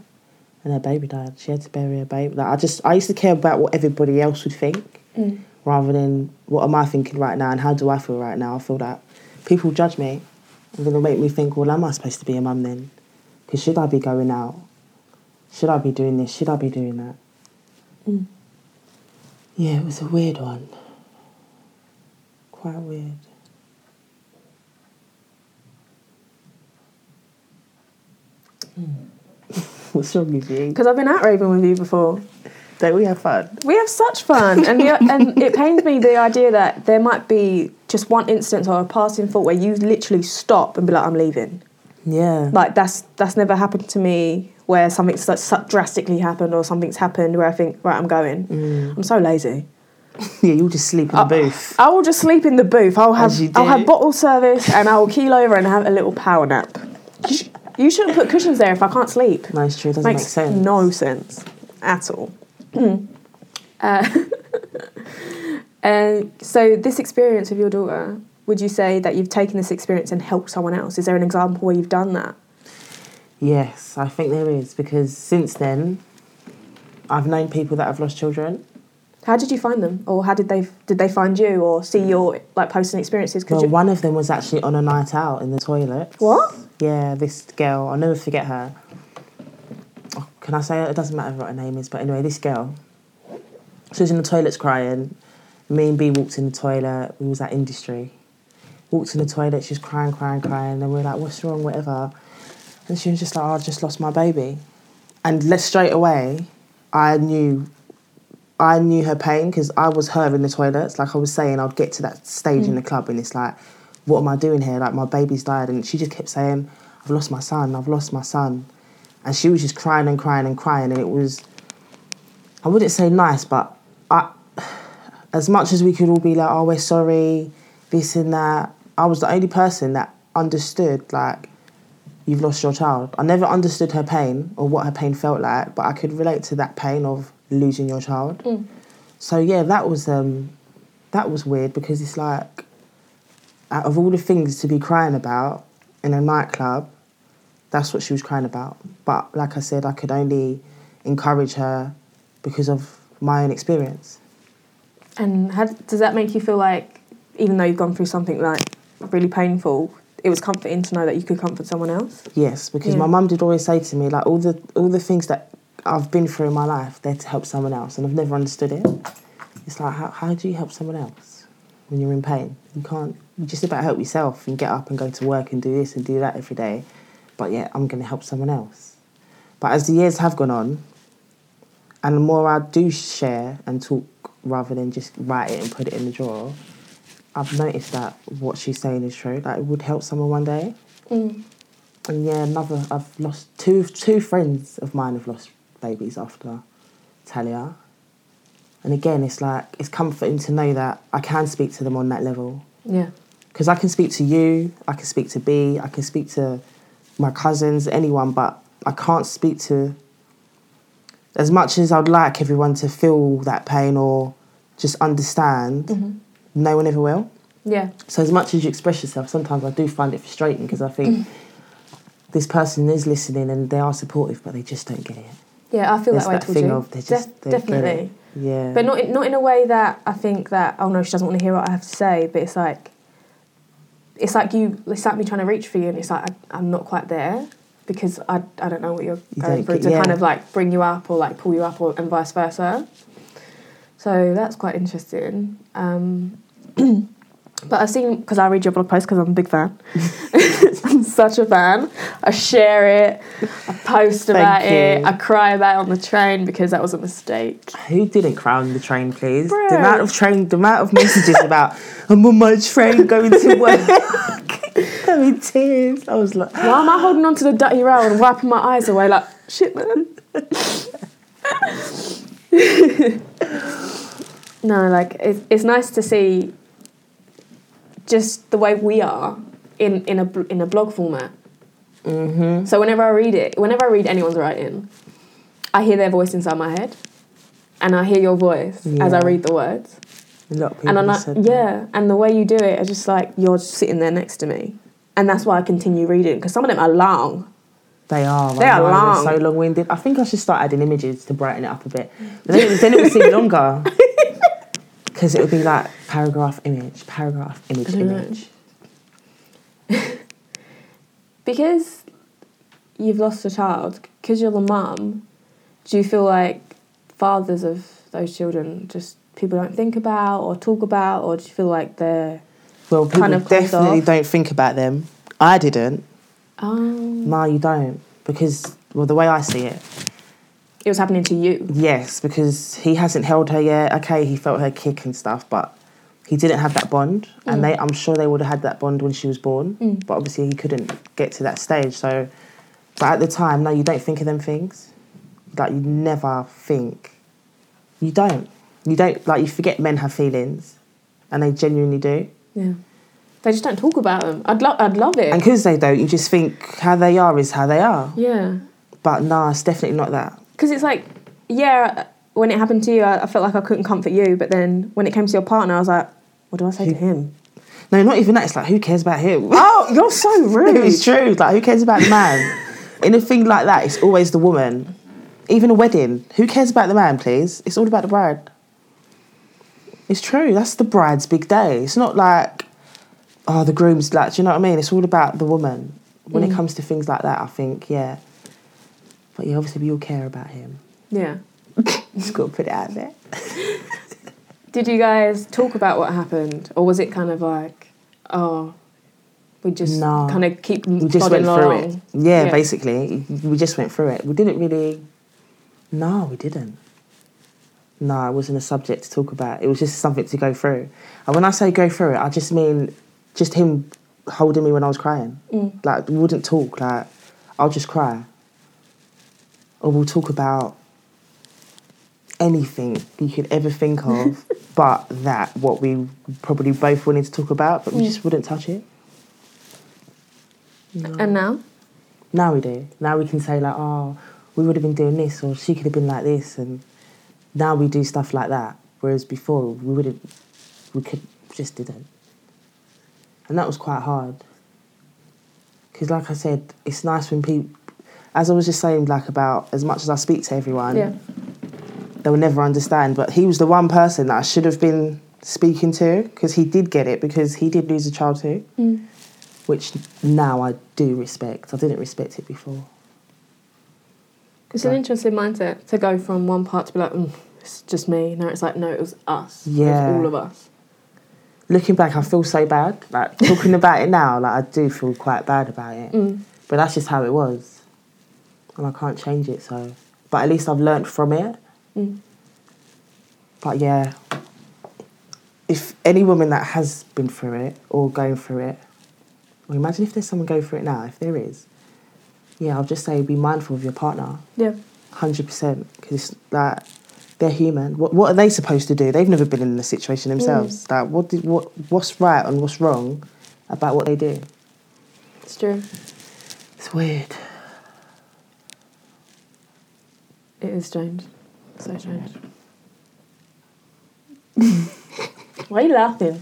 A: And her baby died. She had to bury her baby. Like, I just, I used to care about what everybody else would think rather than what am I thinking right now and how do I feel right now. I feel that people judge me and it'll make me think, well, am I supposed to be a mum then? Because should I be going out? Should I be doing this? Should I be doing that? Mm. Yeah, it was a weird one. Quite weird. Mm. What's wrong with you?
C: Because I've been out raving with you before.
A: Don't we have fun?
C: We have such fun, and the, and it pains me the idea that there might be just one instance or a passing thought where you literally stop and be like, "I'm leaving."
A: Yeah.
C: Like that's that's never happened to me where something's like so drastically happened or something's happened where I think, "Right, I'm going." I'm so lazy.
A: yeah, you'll just sleep Mm. in the booth.
C: I will just sleep in the booth. I'll have
A: As you
C: I'll
A: do.
C: have bottle service, and I will keel over and have a little power nap. You sh- You shouldn't put cushions there if I can't sleep.
A: No, it's true. It doesn't
C: makes
A: make sense.
C: no sense at all. uh, and so, this experience with your daughter, would you say that you've taken this experience and helped someone else? Is there an example where you've done that?
A: Yes, I think there is because since then, I've known people that have lost children.
C: How did you find them, or how did they did they find you, or see your like posts and experiences? Could
A: Well,
C: you,
A: one of them was actually on a night out in the toilet.
C: What?
A: Yeah, this girl. I'll never forget her. Oh, can I say it? It doesn't matter what her name is, but anyway, this girl. She was in the toilets crying. Me and B walked in the toilet. We was at industry. Walked in the toilet. She was crying, crying, crying. And we were like, "What's wrong? Whatever." And she was just like, oh, "I just lost my baby," and let straight away, I knew I knew her pain because I was her in the toilets. Like I was saying, I'd get to that stage in the club and it's like, what am I doing here? Like my baby's died. And she just kept saying, I've lost my son, I've lost my son. And she was just crying and crying and crying. And it was, I wouldn't say nice, but I, as much as we could all be like, oh, we're sorry, this and that, I was the only person that understood, like, you've lost your child. I never understood her pain or what her pain felt like, but I could relate to that pain of losing your child. So yeah, that was um, that was weird because it's like out of all the things to be crying about in a nightclub, that's what she was crying about. But like I said, I could only encourage her because of my own experience.
C: and how, does that make you feel like, even though you've gone through something like really painful, it was comforting to know that you could comfort someone else?
A: Yes, because
C: Yeah.
A: my mum did always say to me, like all the all the things that I've been through in my life, they're to help someone else, and I've never understood it. It's like how how do you help someone else when you're in pain? You can't. You just about help yourself and get up and go to work and do this and do that every day. But yeah, I'm going to help someone else. But as the years have gone on, and the more I do share and talk rather than just write it and put it in the drawer, I've noticed that what she's saying is true. Like it would help someone one day. And yeah, another. I've lost two. Two friends of mine have lost babies after Talia. And again, it's like it's comforting to know that I can speak to them on that level
C: Yeah.
A: because I can speak to you, I can speak to B, I can speak to my cousins, anyone, but I can't speak to as much as I'd like everyone to feel that pain or just understand. No one ever will.
C: Yeah.
A: So as much as you express yourself, sometimes I do find it frustrating because I
C: Mm.
A: think this person is listening and they are supportive, but they just don't get it.
C: Yeah, I feel
A: There's
C: that way
A: that
C: towards
A: thing
C: you.
A: of they
C: Def-
A: just they get it.
C: definitely.
A: Yeah.
C: But not in, not in a way that I think that oh no she doesn't want to hear what I have to say. But it's like it's like you it's like me trying to reach for you and it's like I, I'm not quite there because I, I don't know what you're
A: You
C: going
A: don't
C: through
A: get-
C: to
A: yeah.
C: kind of like bring you up or like pull you up or and vice versa. So that's quite interesting. Um, but I've seen because I read your blog post because I'm a big fan. I'm such a fan. I share it. I post
A: Thank
C: about it.
A: you.
C: I cry about it on the train because that was a mistake.
A: Who didn't crown the train, please?
C: Bro.
A: The amount of train, the amount of messages about I'm on my train going to work. I'm in tears. I was like,
C: Why am I holding on to the dirty rail and wiping my eyes away like shit, man? no, like it's, it's nice to see just the way we are in in a bl- in a blog format.
A: mm-hmm.
C: So whenever I read it, whenever I read anyone's writing, I hear their voice inside my head, and I hear your voice as I
A: Yeah.
C: read the words.
A: A lot of people
C: And I'm like,
A: said, that.
C: yeah. And the way you do it, I just like you're just sitting there next to me, and that's why I continue reading because some of them are long.
A: they are.
C: They
A: I
C: are
A: know,
C: long.
A: They're so long-winded. I think I should start adding images to brighten it up a bit. But then, it- then it would seem longer because it would be like paragraph, image, paragraph, image,
C: I know.
A: image.
C: because you've lost a child, because you're the mum, do you feel like fathers of those children just people don't think about or talk about, or do you feel like they're
A: Well, people
C: Kind of comes
A: definitely
C: off.
A: don't think about them. I didn't.
C: um,
A: No, you don't because well, the way I see it,
C: it was happening to you?
A: Yes, because he hasn't held her yet. Okay, he felt her kick and stuff, but he didn't have that bond.
C: Mm.
A: And they, I'm sure they would have had that bond when she was born, but obviously he couldn't get to that stage. So, but at the time, no, you don't think of them things. Like you never think. You don't. You don't like you forget men have feelings, and they genuinely do.
C: Yeah, they just don't talk about them. I'd love, I'd love it.
A: And because they don't, you just think how they are is how they are.
C: yeah,
A: But nah, it's definitely not that.
C: because it's like, yeah, when it happened to you, I, I felt like I couldn't comfort you, but then when it came to your partner, I was like, what do I say to him?
A: No, not even that. It's like who cares about him?
C: Oh, you're so rude.
A: it's true. Like, who cares about the man? In a thing like that, it's always the woman. Even a wedding, who cares about the man, please? It's all about the bride. It's true. That's the bride's big day. It's not like, oh, the groom's like, do you know what I mean? It's all about the woman. When
C: Mm.
A: it comes to things like that, I think, yeah. But yeah, obviously, we all care about him.
C: Yeah.
A: Just got to put it out there.
C: Did you guys talk about what happened, or was it kind of like, oh, we just
A: No.
C: kind of keep
A: We just went through
C: along?
A: it. Yeah,
C: Yeah.
A: basically, we just went through it. We didn't really. No, we didn't. No, it wasn't a subject to talk about. It was just something to go through. And when I say go through it, I just mean just him holding me when I was crying. Like, we wouldn't talk. Like, I'll just cry. Or we'll talk about anything you could ever think of, but that what we probably both wanted to talk about, but we just wouldn't touch it.
C: And now,
A: Now we do. Now we can say like, oh, we would have been doing this, or she could have been like this, and now we do stuff like that. Whereas before we wouldn't, we could just didn't, and that was quite hard. Because like I said, it's nice when people, as I was just saying, like about as much as I speak to everyone,
C: yeah,
A: they will never understand. But he was the one person that I should have been speaking to because he did get it because he did lose a child too, which now I do respect. I didn't respect it before.
C: it's an
A: Right.
C: interesting mindset to go from one part to be like, mm, it's just me. No, it's like, no, it was us. It
A: Yeah.
C: was all of us.
A: Looking back, I feel so bad. Like talking about it now, like I do feel quite bad about it.
C: Mm.
A: But that's just how it was, and I can't change it. So, but at least I've learnt from it.
C: Mm.
A: But yeah, if any woman that has been through it or going through it, well, imagine if there's someone going through it now, if there is, yeah, I'll just say be mindful of your partner,
C: Yeah,
A: 100%, because like, they're human. What, what are they supposed to do? They've never been in the situation
C: Mm.
A: themselves. Like, what, did, what, what's right and what's wrong about what they do?
C: it's true.
A: It's weird.
C: It is strange. So strange. Why are you laughing?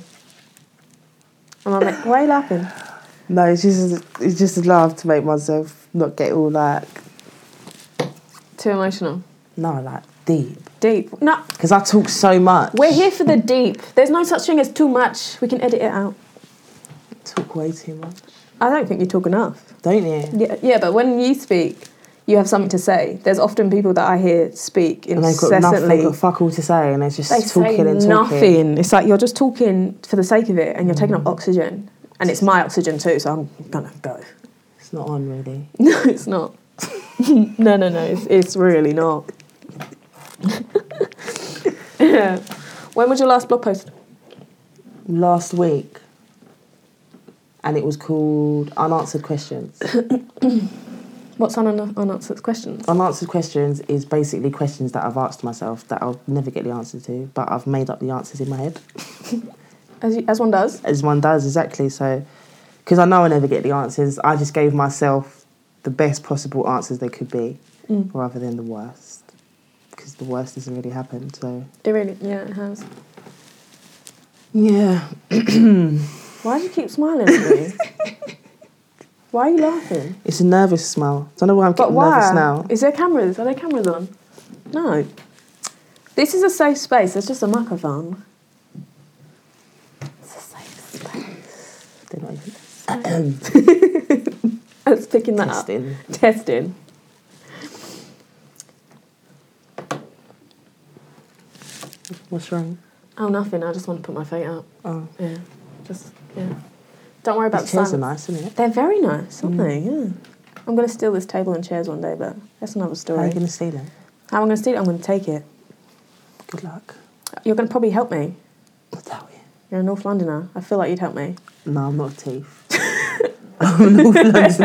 C: Am I like, why are you laughing?
A: No, it's just it's just a laugh to make myself not get all like
C: Too emotional.
A: no like deep
C: Deep. No,
A: because I talk so much.
C: we're here for the deep. There's no such thing as too much. We can edit it out.
A: talk way too much,
C: I don't think you talk enough.
A: don't you?
C: Yeah, yeah, but when you speak, you have something to say. There's often people that I hear speak
A: And they've got nothing, they've
C: incessantly.
A: got fuck all to say, and they're just
C: They
A: talking
C: say
A: and talking.
C: nothing. It's like you're just talking for the sake of it, and you're taking
A: Mm.
C: up oxygen, and it's my oxygen too. So I'm gonna go.
A: It's not on really.
C: No, it's not. no, no, no. It's, it's really not. when was your last blog post?
A: Last week, and it was called unanswered questions.
C: What's on un- unanswered questions?
A: unanswered questions is basically questions that I've asked myself that I'll never get the answer to, but I've made up the answers in my head.
C: As, you, as one does.
A: as one does exactly so because i know i never get the answers i just gave myself the best possible answers they could be rather than the worst because the worst hasn't really happened so
C: It really, yeah, it has.
A: yeah
C: Why do you keep smiling at me? Why are you laughing?
A: it's a nervous smile don't know why i'm
C: But
A: getting
C: why?
A: nervous now
C: Is there cameras? Are there cameras on? No. This is a safe space. There's just a microphone. It's a safe space.
A: they're not even
C: I was picking that up.
A: testing
C: Testing.
A: what's wrong
C: Oh, nothing. I just want to put my feet up.
A: oh
C: Yeah. Just, yeah. Don't worry about
A: these
C: the
A: chairs are Mm.
C: silence.
A: nice isn't it
C: They're very nice, aren't they? Yeah. I'm going to steal this table and chairs one day, but that's another
A: how are
C: story.
A: you going to see them
C: How am I going to steal it? I'm going to take it.
A: good luck
C: You're going to probably help me.
A: I doubt it.
C: You're a North Londoner. I feel like you'd help me.
A: no i'm not a thief I'm an North Londoner.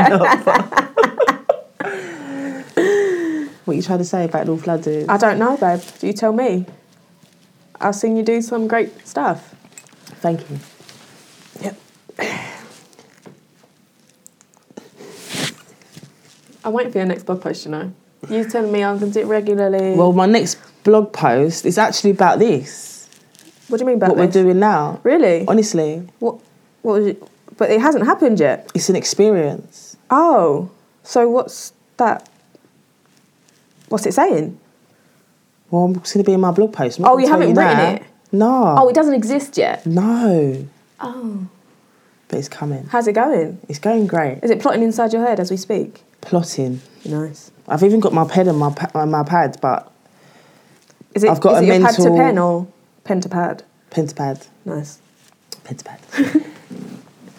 A: what you trying to say about North London?
C: I don't know, babe. Do you tell me? I've seen you do some great stuff.
A: Thank you.
C: I'm waiting for your next blog post, you know. You telling me I'm going to do it regularly.
A: Well, my next blog post is actually about this.
C: what do you mean about
A: what
C: this?
A: we're doing now.
C: Really?
A: Honestly,
C: What? What was it? But it hasn't happened yet.
A: it's an experience.
C: Oh, so what's that? What's it saying?
A: Well, I'm going to be in my blog post. I'm not
C: Oh,
A: gonna
C: you
A: tell
C: haven't written
A: now.
C: it?
A: No.
C: Oh, it doesn't exist yet.
A: no.
C: Oh,
A: But it's coming.
C: how's it going?
A: It's going great.
C: Is it plotting inside your head as we speak?
A: Plotting.
C: Nice.
A: I've even got my pen and my pa- my pad, but
C: Is it?
A: I've got
C: is
A: a
C: it your pad to
A: mental-
C: pen or pen to pad?
A: pen to pad,
C: Nice.
A: pen to pad.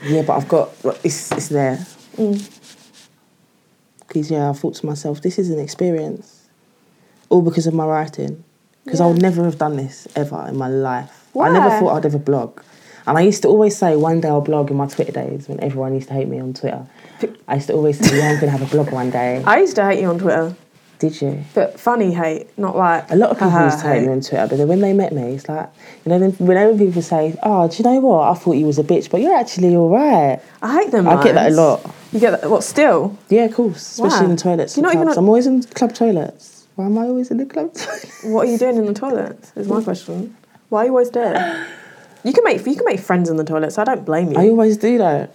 A: yeah, but I've got it's it's there.
C: Mm.
A: Because yeah, I thought to myself, this is an experience, all because of my writing. Because I would
C: Yeah.
A: never have done this ever in my life. I
C: Why?
A: never thought I'd ever blog, and I used to always say one day I'll blog in my Twitter days when everyone used to hate me on Twitter. I used to always say, yeah, I'm gonna have a blog one day.
C: I used to hate you on Twitter,
A: Did you?
C: but funny hate, not like
A: A lot of people
C: haha
A: used to hate me
C: hate.
A: on Twitter, but then when they met me, it's like, you know, then whenever people say, oh, do you know what? I thought you was a bitch, but you're actually all right.
C: I hate them.
A: I get that a
C: lines.
A: lot.
C: You get that? What? Still?
A: Yeah, of course. Especially
C: Why?
A: in toilets.
C: You're
A: and
C: not even
A: clubs.
C: on-
A: I'm always in club toilets. Why am I always in the club toilet?
C: What are you doing in the toilets? Is my question. Why are you always there? You can make you can make friends in the toilets. I don't blame you.
A: I always do that.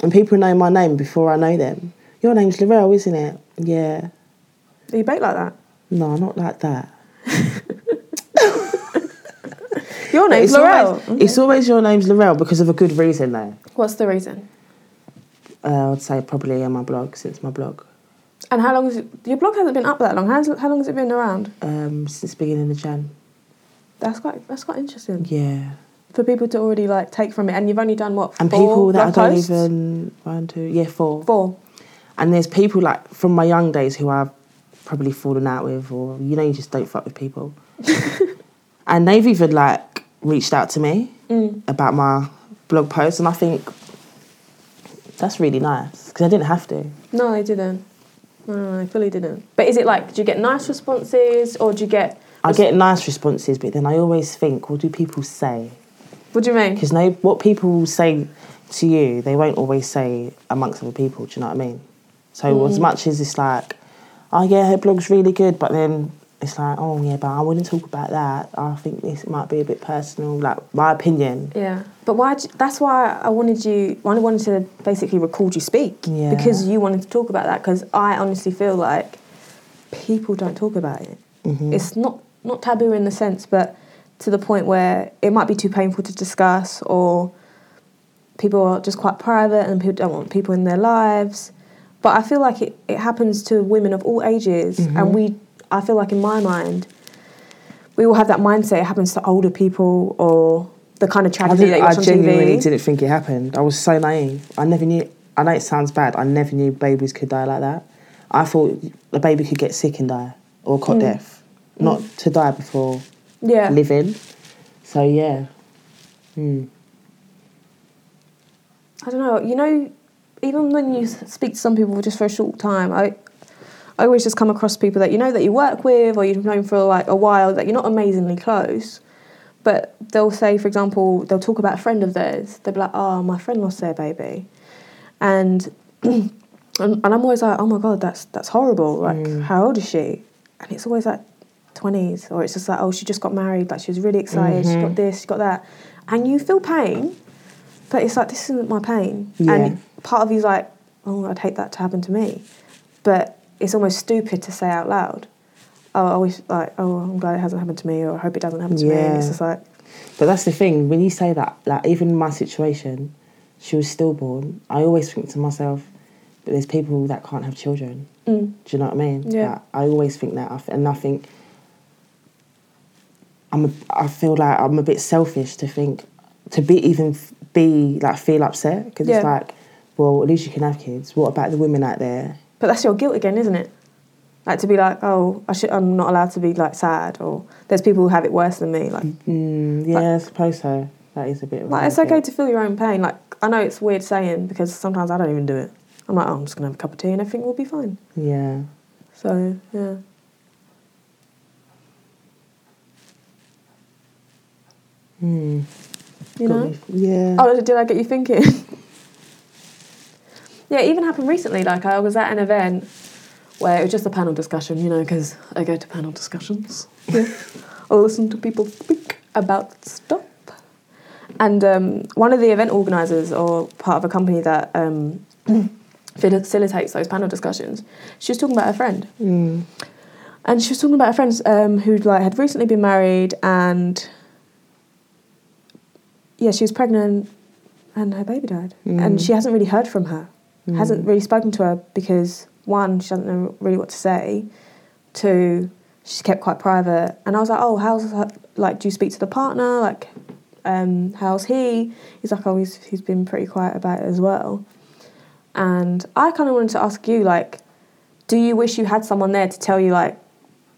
A: And people know my name before I know them. Your name's Laurel, isn't it? Yeah.
C: Are you baked like that?
A: No, not like that.
C: Your name's
A: It's
C: Laurel.
A: always, it's always your name's Laurel because of a good reason, though.
C: What's the reason?
A: Uh, I'd say probably on my blog, since my blog.
C: And how long is it, your blog hasn't been up that long? How's, how long has it been around?
A: Um, since the beginning of Jan.
C: That's quite that's quite interesting
A: Yeah.
C: for people to already like take from it. And you've only done what
A: And
C: four
A: people that I
C: blog
A: don't
C: posts?
A: even one, two, yeah, four.
C: four.
A: And there's people like from my young days who I've probably fallen out with, or you know, you just don't fuck with people. and they've even like reached out to me about my blog post, and I think that's really nice because I didn't have to.
C: No, they didn't. No, no, no, they fully didn't. But is it like do you get nice responses or do you get?
A: I get nice responses, but then I always think, what do people say?
C: What do you mean?
A: Because no, what people say to
C: Mm.
A: you, they won't always say amongst other people. Do you know what I mean? So as much as it's like, oh yeah, her blog's really good, but then it's like, oh yeah, but I wouldn't talk about that. I think this might be a bit personal, like my opinion.
C: Yeah, but why? d- That's why I wanted you. I wanted to basically record you speak
A: Yeah.
C: because you wanted to talk about that. Because I honestly feel like people don't talk about it. It's not not taboo in the sense, but to the point where it might be too painful to discuss, or people are just quite private and people don't want people in their lives. But I feel like it, it happens to women of all ages,
A: Mm-hmm.
C: and we. I feel like in my mind, we all have that mindset. It happens to older people or the kind of
A: I,
C: tragedy that
A: didn't,
C: you
A: I
C: watch on
A: genuinely
C: TV.
A: didn't think it happened. I was so naive. I never knew. I know it sounds bad. I never knew babies could die like that. I thought a baby could get sick and die or caught death, not to die before
C: Mm. Yeah,
A: living. So yeah,
C: I don't know. You know, even when you s- speak to some people just for a short time, I, I always just come across people that you know that you work with or you've known for like a while that you're not amazingly close, but they'll say, for example, they'll talk about a friend of theirs. They'll be like, "Oh, my friend lost their baby," and and, and I'm always like, "Oh my god, that's that's horrible. Like, how old is she?" And it's always like. 20s or it's just like oh she just got married like she was really excited she got this she got that and you feel pain but it's like this isn't my pain,
A: Yeah.
C: and part of you's like, oh, I'd hate that to happen to me, but it's almost stupid to say out loud. Oh, I always like, oh, I'm glad it hasn't happened to me, or I hope it doesn't happen to me. And it's
A: Yeah.
C: just like,
A: But that's the thing, when you say that, like even my situation, she was stillborn, I always think to myself, but there's people that can't have children.
C: mm,
A: Do you know what I mean?
C: Yeah.
A: Like, I always think that, I f- and I think I'm. A, I feel like I'm a bit selfish to think to be even f- be like feel upset because it's
C: Yeah.
A: like, well, at least you can have kids. What about the women out there?
C: but that's your guilt again, isn't it? Like to be like, oh, I should, I'm not allowed to be like sad, or there's people who have it worse than me. Like,
A: Mm, yeah, I suppose so. That is a bit. of a
C: like it's
A: hard
C: okay
A: bit.
C: to feel your own pain. Like, I know it's weird saying because sometimes I don't even do it. I'm like, oh, I'm just gonna have a cup of tea and everything will be fine.
A: Yeah.
C: So yeah.
A: Mm.
C: You
A: Got
C: know?
A: me f- Yeah.
C: Oh, did I get you thinking? yeah, it even happened recently. Like, I was at an event where it was just a panel discussion, you know, because I go to panel discussions. I listen to people speak about stuff. And um, one of the event organisers, or part of a company that um, facilitates those panel discussions, she was talking about her friend
A: Mm.
C: and she was talking about her friends um, who like had recently been married and yeah she was pregnant and her baby died and she hasn't really heard from her hasn't
A: Mm.
C: really spoken to her because one she doesn't know really what to say two she's kept quite private and i was like oh how's her, like do you speak to the partner like um, how's he he's like oh he's, he's been pretty quiet about it as well and i kind of wanted to ask you like do you wish you had someone there to tell you like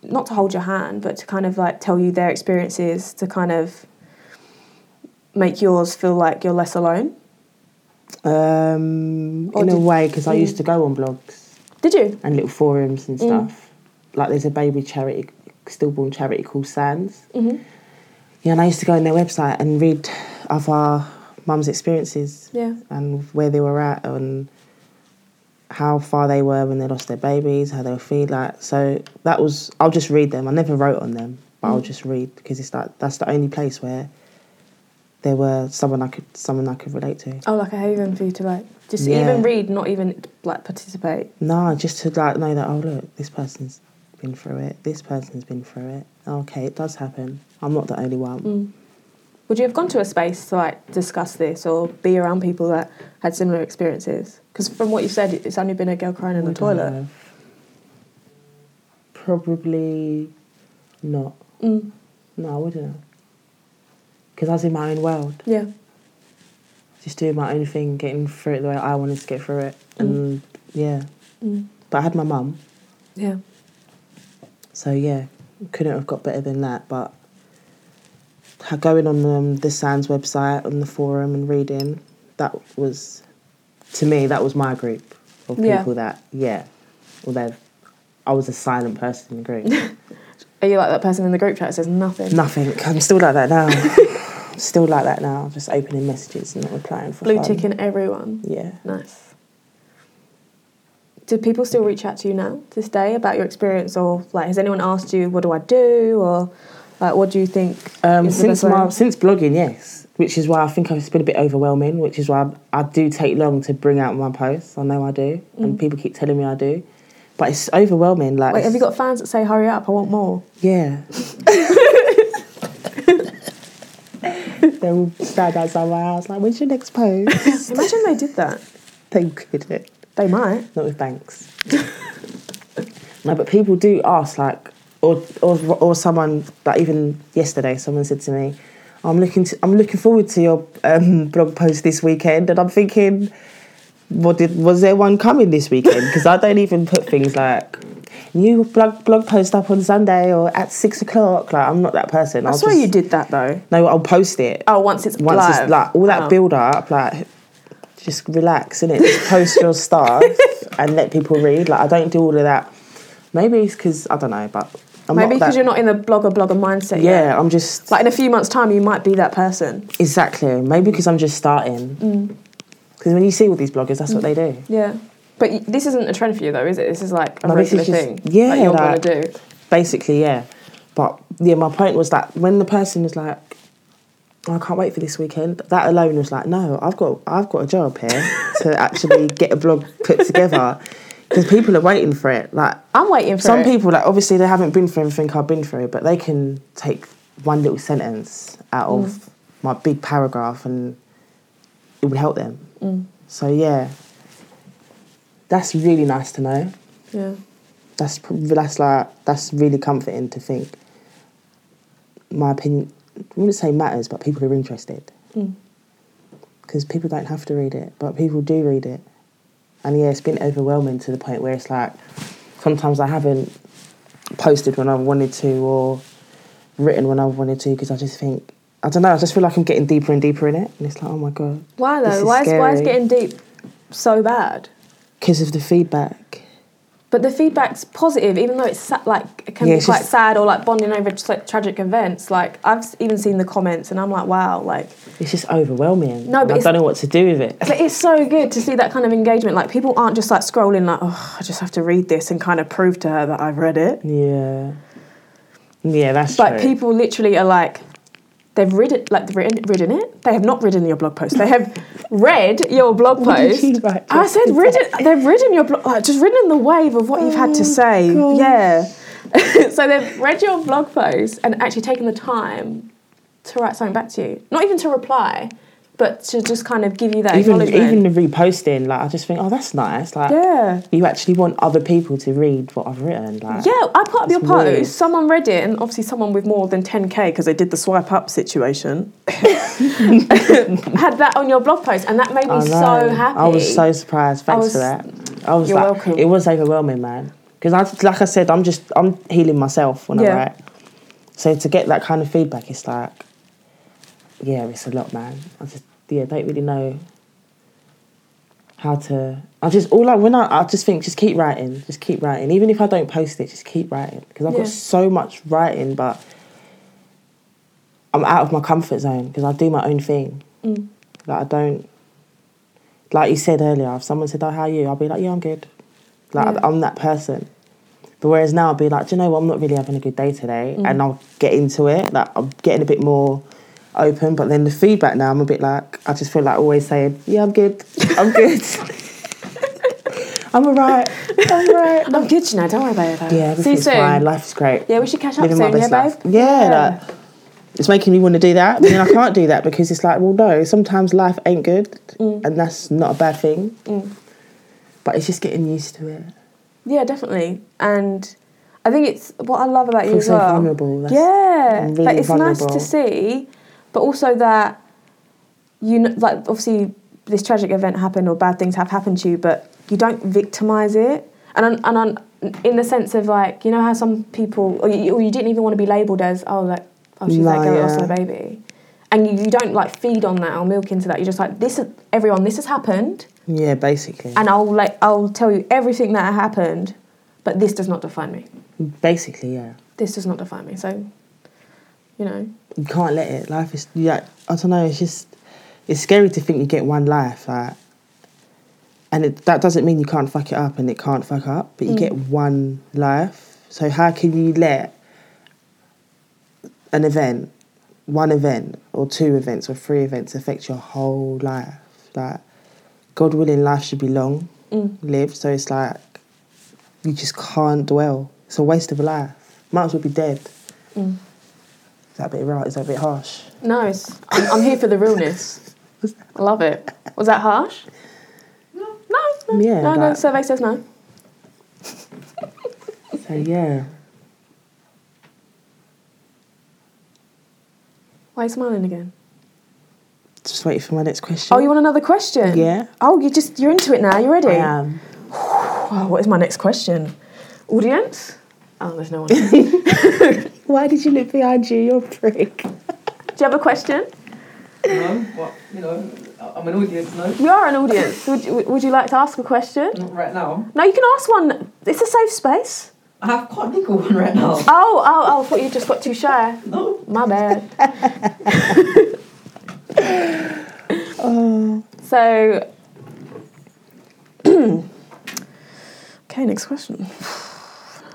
C: not to hold your hand but to kind of like tell you their experiences to kind of make yours feel like you're less alone
A: Um,
C: Or
A: in a
C: did-
A: way, because I
C: Mm.
A: used to go on blogs
C: did you
A: and little forums
C: Mm.
A: and stuff. Like there's a baby charity, stillborn charity called Sands.
C: Mhm.
A: Yeah, and I used to go on their website and read other mums' experiences
C: yeah
A: and where they were at and how far they were when they lost their babies, how they were feeling. Like. So that was, I'll just read them. I never wrote on them, but
C: Mm.
A: I'll just read because it's like that's the only place where there were someone I could someone I could relate to.
C: oh like a haven for you to like just
A: Yeah.
C: even read not even like participate
A: No, just to like know that oh look, this person's been through it. This person's been through it. Okay, it does happen. I'm not the only one.
C: Mm. would you have gone to a space to like discuss this or be around people that had similar experiences because from what you said it's only been a girl crying in the
A: Would I
C: toilet
A: have? Probably not.
C: mm.
A: No, I wouldn't. Because I was in my own world,
C: yeah
A: just doing my own thing, getting through it the way I wanted to get through it, and yeah.
C: Mm.
A: But I had my mum,
C: yeah
A: so yeah, couldn't have got better than that. But ha- going on um, the Sands website on the forum and reading, that was to me that was my group of people
C: Yeah.
A: that yeah, although I was a silent person in the group.
C: are you like that person in the group chat that says nothing
A: Nothing. I'm still like that now. still like that now. Just opening messages and not replying for
C: blue
A: fun.
C: ticking everyone
A: Yeah.
C: Nice. do people still reach out to you now to this day about your experience, or like has anyone asked you what do I do, or like what do you think?
A: Um,
C: is the
A: since
C: best way?
A: my since blogging, yes, which is why I think it's been a bit overwhelming. Which is why I, I do take long to bring out my posts. I know I do, and people keep telling me I do, but it's overwhelming. Like,
C: Wait, have you got fans that say hurry up? I want more.
A: Yeah. they will stand outside my house like, when's your next post?
C: Imagine they did that.
A: they couldn't.
C: They might.
A: Not with banks. no, but people do ask, like, or, or or someone like even yesterday, someone said to me, "I'm looking to, I'm looking forward to your um, blog post this weekend," and I'm thinking, "What did was there one coming this weekend?" Because I don't even put things like new blog blog post up on Sunday or at six o'clock. Like I'm not that person.
C: I
A: I'll
C: swear
A: just-
C: you did that though.
A: No, I'll post it
C: Oh, once it's
A: once
C: live.
A: it's like all that
C: Oh.
A: build up, like just relax in it. Just post your stuff and let people read. Like I don't do all of that. Maybe it's because I don't know, but I'm
C: Maybe
A: not
C: because you're not in the blogger blogger mindset yet.
A: Yeah, I'm just
C: Like Mm. in a few months' time, you might be that person.
A: exactly. Maybe because I'm just starting.
C: Mm.
A: Because when you see all these bloggers, that's what they do.
C: Yeah. But y- this isn't a trend for you though, is it? This is like a
A: No, this
C: regular
A: is
C: thing
A: just- yeah,
C: that you're
A: like-
C: gonna do.
A: Basically, yeah. But yeah, my point was that when the person is like. "Oh, I can't wait for this weekend. That alone was like, no, I've got, I've got a job here to actually get a blog put together because people are waiting for it. Like,
C: I'm waiting for
A: some
C: it.
A: people like obviously they haven't been through everything I've been through, but they can take one little sentence out
C: Mm.
A: of my big paragraph and it would help them.
C: Mm.
A: So yeah, that's really nice to know.
C: Yeah.
A: That's pr- that's like that's really comforting to think. My opinion, I wouldn't say matters, but people are interested
C: Mm.
A: because people don't have to read it, but people do read it. And yeah, it's been overwhelming to the point where it's like sometimes I haven't posted when I wanted to or written when I wanted to because I just think I don't know. I just feel like I'm getting deeper and deeper in it, and it's like oh my god,
C: Why
A: This
C: though?
A: is
C: Why is, why is
A: scary.
C: getting deep so bad?
A: because of the feedback.
C: But the feedback's positive, even though it's sa- like it can
A: Yeah,
C: be
A: it's
C: quite
A: just-
C: sad or like bonding over tra- tragic events. Like I've s- even seen the comments, and I'm like, wow, like.
A: It's just overwhelming.
C: No,
A: and
C: but
A: I
C: it's-
A: don't know what to do with it.
C: But it's so good to see that kind of engagement. Like people aren't just like scrolling, like, oh, I just have to read this and kind of prove to her that I've read it.
A: Yeah, yeah, that's true.
C: But people literally are like, they've read it, like they've written, ridden it. They have not ridden your blog post. They have read your blog
A: What did
C: post.
A: you write?
C: I said ridden. They've ridden your blog, like just ridden the wave of what you've had to say.
A: gosh.
C: Yeah. so they've read your blog post and actually taken the time to write something back to you. Not even to reply, but to just kind of give you that
A: even
C: acknowledgement.
A: even the reposting, like I just think, oh, that's nice. Like
C: yeah.
A: you actually want other people to read what I've written. Like
C: Yeah, I put up your
A: It's weird.
C: post. Someone read it, and obviously someone with more than 10k because they did the swipe up situation had that on your blog post, and that made me
A: I
C: so
A: know.
C: happy.
A: I was so surprised. Thanks
C: was-
A: for that. I was
C: You're
A: like,
C: welcome.
A: It was overwhelming, man. Because I, like I said, I'm just I'm healing myself when
C: Yeah.
A: I write. So to get that kind of feedback, it's like, yeah, it's a lot, man. I just yeah, don't really know how to. I just all like when I I just think just keep writing, just keep writing. Even if I don't post it, just keep writing because I've
C: Yeah.
A: got so much writing, but I'm out of my comfort zone because I do my own thing.
C: Mm.
A: Like I don't. Like you said earlier, if someone said, "Oh, how are you?" I'll be like, "Yeah, I'm good." Like
C: Yeah.
A: I'm that person. But whereas now I'll be like, "Do you know what? I'm not really having a good day today,"
C: Mm.
A: and I'll get into it. Like I'm getting a bit more open. But then the feedback now, I'm a bit like, I just feel like always saying, "Yeah, I'm good. I'm good. I'm alright. I'm alright."
C: I'm good, you know. Don't worry
A: Yeah,
C: about it. See you
A: everything's
C: soon.
A: fine. Life is great.
C: Yeah, we should catch up
A: Living my
C: soon, yeah,
A: best
C: babe.
A: life. Yeah, like, it's making me want to do that. But then I can't do that because it's like, well, no, sometimes life ain't good,
C: Mm.
A: and that's not a bad thing. But it's just getting used to it.
C: Yeah, definitely. And I think it's what I love about you
A: Feel
C: as
A: so
C: well.
A: vulnerable. That's-
C: yeah,
A: I'm really
C: like it's nice
A: vulnerable.
C: to see, but also that you know, like obviously this tragic event happened or bad things have happened to you, but you don't victimize it. And I'm, and I'm, in the sense of like you know how some people or you, or you didn't even want to be labeled as oh like oh she's
A: No,
C: like girl lost
A: yeah.
C: her baby, and you, you don't like feed on that or milk into that. You're just like this is everyone this has happened
A: Yeah, basically.
C: and I'll like I'll tell you everything that happened, but this does not define me.
A: basically, yeah.
C: This does not define me. So, you know,
A: You can't let it. Life is yeah. I don't know. It's just it's scary to think you get one life. Like And it, that doesn't mean you can't fuck it up and it can't fuck up, but you get one life. So how can you let an event, one event or two events or three events affect your whole life? Like, God willing, life should be long lived. So it's like you just can't dwell. It's a waste of a life. Might as well be dead. Is that a bit right? Is that a bit harsh?
C: No, it's, I'm, I'm here for the realness. I love it. Was that harsh? No, no, no,
A: Yeah,
C: no, no.
A: like-
C: Survey says no.
A: So yeah.
C: Why are you smiling again?
A: Just waiting for my next question.
C: Oh, you want another question?
A: Yeah.
C: Oh, you just you're into it now. You're ready.
A: I am.
C: Wow, what is my next question? Audience? Oh, there's no one. Do you
A: Why did you look behind you? You're a prick.
C: have a question?
B: No, but, you know, I- I'm an audience, no?
C: You are an audience. Would you, would you like to ask a question?
B: Not right now.
C: No, you can ask one. It's a safe space.
B: I have can't think of one right now.
C: Oh, oh, oh! I thought you just got too shy.
B: No.
C: My bad. So. okay, next question.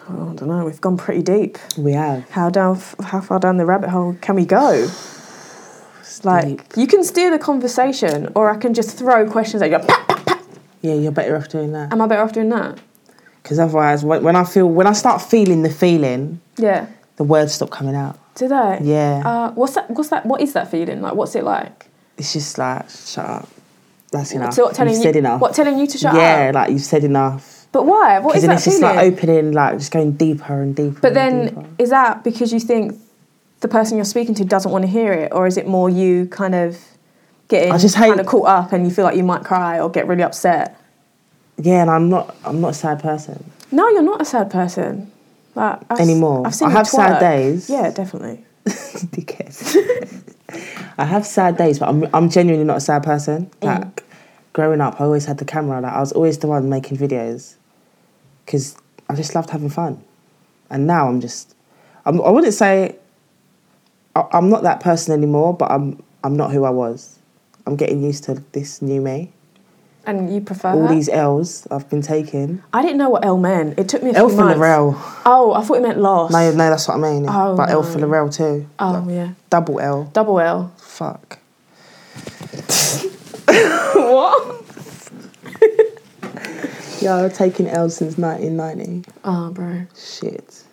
C: Oh, I don't know. We've gone pretty deep.
A: We have.
C: How down? How far down the rabbit hole can we go? It's
A: deep.
C: like you can steer the conversation, or I can just throw questions at you. like, "Pah!"
A: Yeah, you're better off doing that.
C: Am I better off doing that?
A: Because otherwise, when when I feel, when I start feeling the feeling,
C: Yeah.
A: the words stop coming out.
C: Do they?
A: Yeah.
C: Uh, what's that? What's that? What is that feeling? Like, what's it like?
A: It's just like, shut up. That's enough.
C: So what, telling
A: you've said
C: you?
A: enough.
C: What telling you to shut
A: yeah,
C: up?
A: like you've said enough.
C: But why? What
A: Because
C: is
A: then
C: that
A: it's just
C: feeling?
A: like opening, like just going deeper and deeper.
C: but
A: and
C: then,
A: deeper.
C: is that because you think the person you're speaking to doesn't want to hear it, or is it more you kind of getting
A: I just hate-
C: kind of caught up and you feel like you might cry or get really upset?
A: yeah, and I'm not, I'm not a sad person.
C: No, you're not a sad person. Like, I've, s-
A: Anymore.
C: I've seen
A: I
C: you
A: have sad
C: twerk.
A: days.
C: Yeah, definitely.
A: Dickhead. I have sad days, but I'm I'm genuinely not a sad person.
C: Mm.
A: Like growing up, I always had the camera. Like I was always the one making videos because I just loved having fun. And now I'm just, I'm, I wouldn't say I, I'm not that person anymore, but I'm I'm not who I was. I'm getting used to this new me.
C: And you prefer
A: All
C: that?
A: these L's I've been taking.
C: I didn't know what L meant. It took me a
A: L
C: few
A: for
C: months.
A: L'Oreal.
C: Oh, I thought it meant lost.
A: No, no, that's what I mean.
C: Oh,
A: but L
C: no.
A: for L'Oreal too.
C: Oh yeah,
A: Double L.
C: double L.
A: Fuck.
C: what?
A: Yeah, I've taken L since 1990.
C: Oh, bro, you're
A: Shit.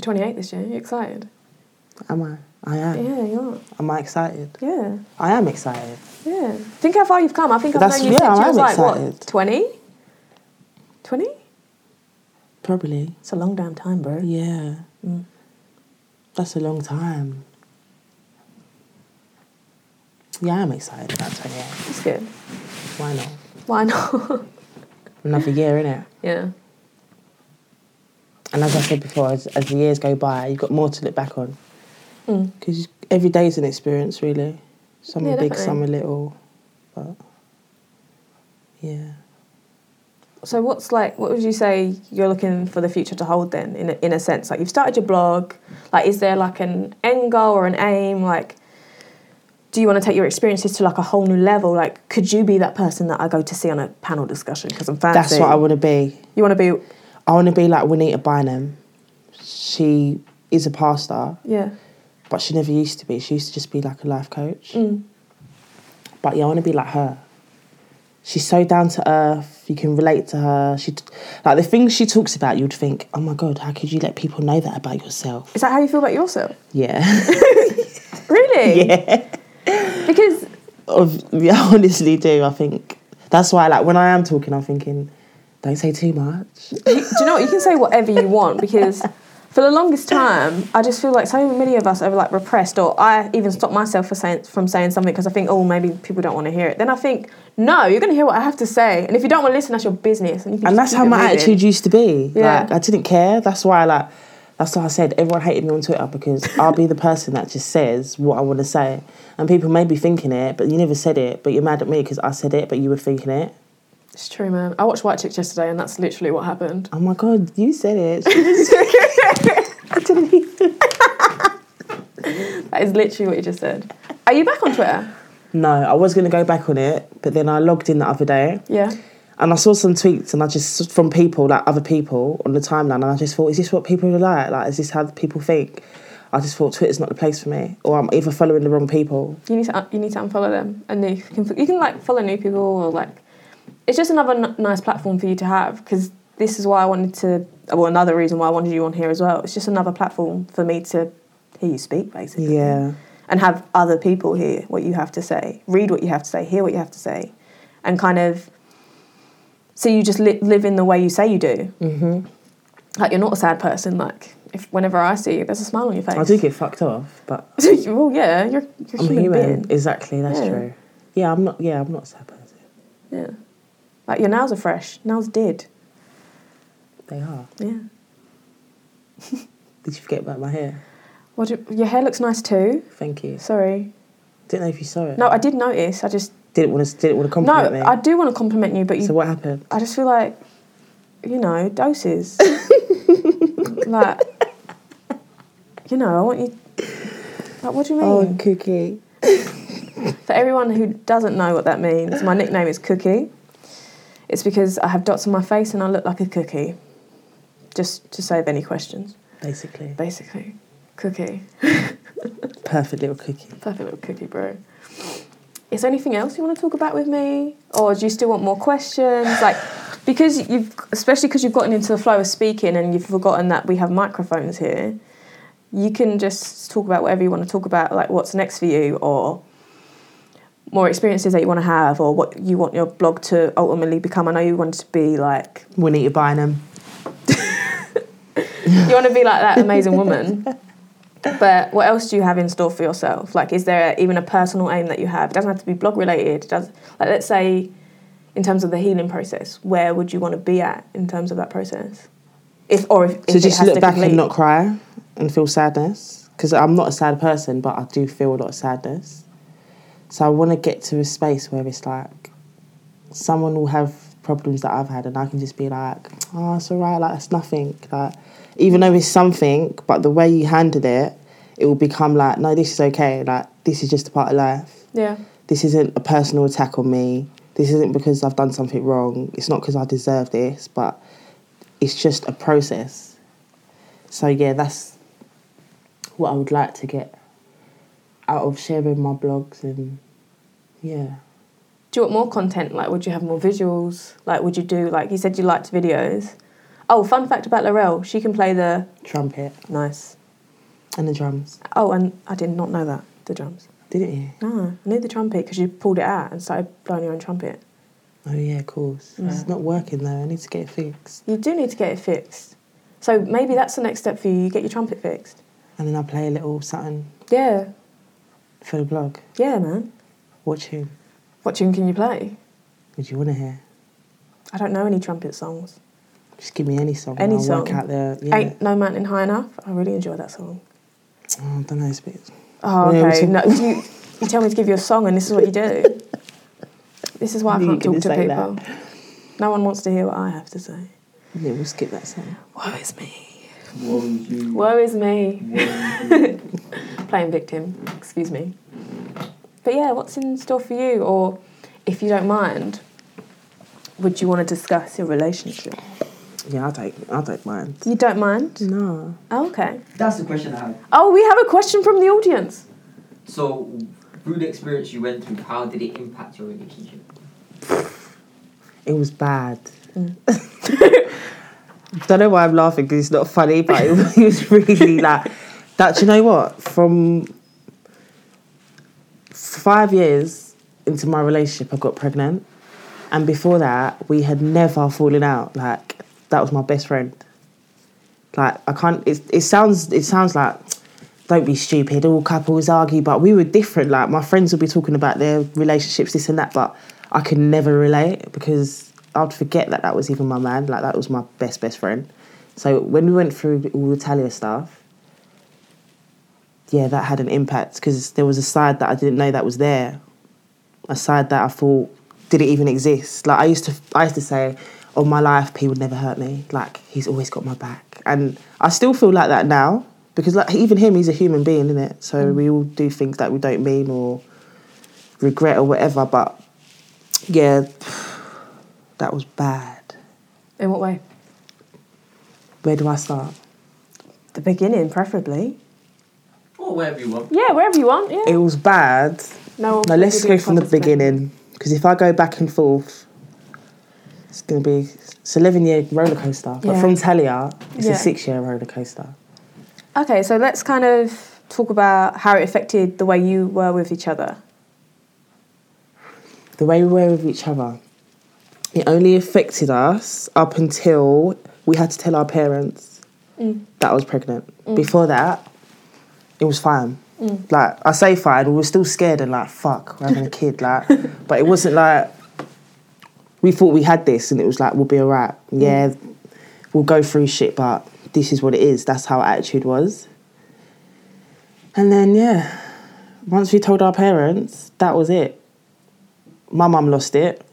C: 28 this year. You excited?
A: Am I? I am.
C: Yeah, you are.
A: Am I excited?
C: Yeah,
A: I am excited.
C: yeah. Think how far you've come. I think I've
A: That's-
C: known you
A: yeah,
C: since
A: I
C: you was
A: am
C: like what
A: excited.
C: 20. 20?
A: Probably.
C: It's a long damn time, bro.
A: Yeah. Mm. That's a long time. Yeah, I'm excited about 28.
C: That's good.
A: Why not?
C: Why not?
A: Another year, innit?
C: yeah.
A: And as I said before, as, as the years go by, you've got more to look back on. Because every day is an experience, really. Some
C: Yeah,
A: are big,
C: definitely.
A: some are little. But, yeah.
C: So what's like? What would you say you're looking for the future to hold then? In a, in a sense, like you've started your blog. Like, is there like an end goal or an aim? Like, do you want to take your experiences to like a whole new level? Like, could you be that person that I go to see on a panel discussion because I'm fancy?
A: That's what I want to be.
C: You want to be?
A: I want to be like Juanita Bynum. She is a pastor,
C: Yeah.
A: but she never used to be. She used to just be like a life coach.
C: Mm.
A: But yeah, I want to be like her. She's so down to earth. You can relate to her. She t- like the things she talks about. You'd think, oh my god, how could you let people know that about yourself?
C: Is that how you feel about yourself?
A: Yeah,
C: Really? Yeah. Because
A: Of- yeah, I honestly do. I think that's why. Like when I am talking, I'm thinking, don't say too much.
C: you, do you know what? You can say whatever you want because for the longest time, I just feel like so many of us are like repressed, or I even stop myself for saying, from saying something because I think, oh, maybe people don't want to hear it. Then I think, no, you're going to hear what I have to say, and if you don't want to listen, that's your business. And, you can
A: and that's
C: just keep
A: how
C: it
A: my
C: moving.
A: attitude used to be.
C: Yeah.
A: Like I didn't care. That's why like that's why I said everyone hated me on Twitter because I'll be the person that just says what I want to say, and people may be thinking it, but you never said it. But you're mad at me because I said it, but you were thinking it.
C: It's true, man. I watched White Chicks yesterday, and that's literally what happened.
A: Oh my god, you said it.
C: I didn't even- that is literally what you just said. Are you back on Twitter?
A: No, I was going to go back on it, but then I logged in the other day
C: Yeah.
A: and I saw some tweets and I just, from people, like other people on the timeline, and I just thought, is this what people are like? Like, is this how people think? I just thought Twitter's not the place for me, or I'm either following the wrong people.
C: You need to un- you need to unfollow them, and then you can you can like follow new people or like it's just another n- nice platform for you to have because this is why I wanted to. Well, another reason why I wanted you on here as well. It's just another platform for me to hear you speak, basically.
A: Yeah.
C: and have other people hear what you have to say, read what you have to say, hear what you have to say, and kind of so you just li- live in the way you say you do. Mm-hmm. Like you're not a sad person. Like if whenever I see you, there's a smile on your face.
A: I do get fucked off, but
C: So you- well, yeah, you're you're a
A: I'm
C: human,
A: human.
C: being.
A: Exactly, that's
C: Yeah.
A: true. Yeah, I'm not. Yeah, I'm not sad person.
C: Yeah, like your nails are fresh. Nails did.
A: They are.
C: Yeah.
A: Did you forget about my hair?
C: What do, your hair looks nice too.
A: Thank you.
C: Sorry.
A: Didn't know if you saw it.
C: No, I did notice. I just
A: didn't want to. Didn't want to
C: no.
A: compliment me.
C: I do want to compliment you, but you
A: so what happened?
C: I just feel like, you know, doses. like, you know, I want you. Like, what do you
A: Oh.
C: mean?
A: cookie. Oh.
C: For everyone who doesn't know what that means, my nickname is Cookie. It's because I have dots on my face and I look like a cookie. Just to save any questions,
A: Basically,
C: basically. Cookie.
A: perfect little cookie.
C: Perfect little cookie, bro. Is there anything else you want to talk about with me, or do you still want more questions? Like, because you've, especially because you've gotten into the flow of speaking and you've forgotten that we have microphones here, you can just talk about whatever you want to talk about, like what's next for you, or more experiences that you want to have, or what you want your blog to ultimately become. I know you want to be like,
A: Wouldn't eat you buying them.
C: you want to be like that amazing woman. But what else do you have in store for yourself? Like, is there even a personal aim that you have? It doesn't have to be blog related. It does like let's say, in terms of the healing process, where would you want to be at in terms of that process? If or if, if
A: So
C: it
A: just
C: has
A: look
C: to
A: back
C: complete.
A: and not cry and feel sadness because I'm not a sad person, but I do feel a lot of sadness. So I want to get to a space where it's like someone will have problems that I've had, and I can just be like, "Oh, it's alright. Like it's nothing. Like even though it's something, but the way you handled it, it will become like, no, this is okay. Like this is just a part of life."
C: yeah,
A: this isn't a personal attack on me. This isn't because I've done something wrong. It's not because I deserve this, but it's just a process. So yeah, that's what I would like to get out of sharing my blogs and yeah.
C: do you want more content? Like, would you have more visuals? Like, would you do like you said you liked videos? Oh, fun fact about Laurel, she can play the
A: Trumpet
C: nice.
A: and the drums.
C: Oh, and I did not know that the drums.
A: Didn't you?
C: No, I knew the trumpet because you pulled it out and started blowing your own trumpet.
A: Oh yeah, of course. It's not working though, I need to get it fixed.
C: You do need to get it fixed. So maybe that's the next step for you. You get your trumpet fixed.
A: And then I play a little something
C: Yeah,
A: for the blog.
C: yeah, man.
A: What tune
C: What tune can you play?
A: would you wanna hear?
C: I don't know any trumpet songs.
A: Just give me any song
C: Any
A: and I'll work
C: song.
A: out the yeah.
C: Ain't No Mountain High Enough. I really enjoy that song.
A: Oh, I don't know, it's a bit
C: Oh,
A: Yeah, we
C: okay. No, you, you tell me to give you a song, and this is what you do. This is why I
A: Knew you
C: can't talk
A: were
C: to
A: gonna
C: people.
A: say
C: No one wants to hear what I have to say.
A: Yeah, we'll skip that song.
C: Woe is me.
B: Woe is you.
C: Woe is me.
B: Woe is you.
C: Playing victim. Excuse me. But yeah, what's in store for you? Or if you don't mind, would you want to discuss your relationship?
A: Yeah, I don't. I don't mind.
C: You don't mind?
A: No.
C: Oh, okay.
B: That's the question I had.
C: Oh, we have a question from the audience.
B: So, through the experience you went through, how did it impact your relationship?
A: It was bad. Mm. don't know why I'm laughing because it's not funny, but it was, it was really like that. Do you know what? From five years into my relationship, I got pregnant, and before that, we had never fallen out. Like that was my best friend. Like I can't. It it sounds it sounds like don't be stupid. All couples argue, but we were different. Like my friends would be talking about their relationships, this and that, but I could never relate because I'd forget that that was even my man. Like that was my best best friend. So when we went through all the Talia stuff, yeah, that had an impact because there was a side that I didn't know that was there, a side that I thought didn't even exist. Like I used to, I used to say, "Oh, my life, P would never hurt me. Like he's always got my back," and I still feel like that now because like even him, he's a human being, isn't it? So we all do things that we don't mean or regret or whatever. But yeah, that was bad.
C: In what way?
A: Where do I start?
C: The beginning, preferably.
B: Or wherever Oh, you want.
C: Yeah, wherever you want. Yeah.
A: It was bad.
C: no.
A: Now let's
C: we'll
A: go
C: do
A: from the
C: proper split.
A: beginning because if I go back and forth, it's gonna be it's eleven year roller coaster. But
C: Yeah.
A: from Talia, it's
C: Yeah.
A: a six year roller coaster.
C: Okay, so let's kind of talk about how it affected the way you were with each other.
A: the way we were with each other, it only affected us up until we had to tell our parents that I was pregnant. Before that, it was fine. Like I say, fine. We were still scared and like, fuck, we're having a kid. Like, but it wasn't like we thought we had this, and it was like we'll be alright. Yeah, we'll go through shit, but this is what it is. That's how our attitude was. And then yeah, once we told our parents, that was it my mum lost it.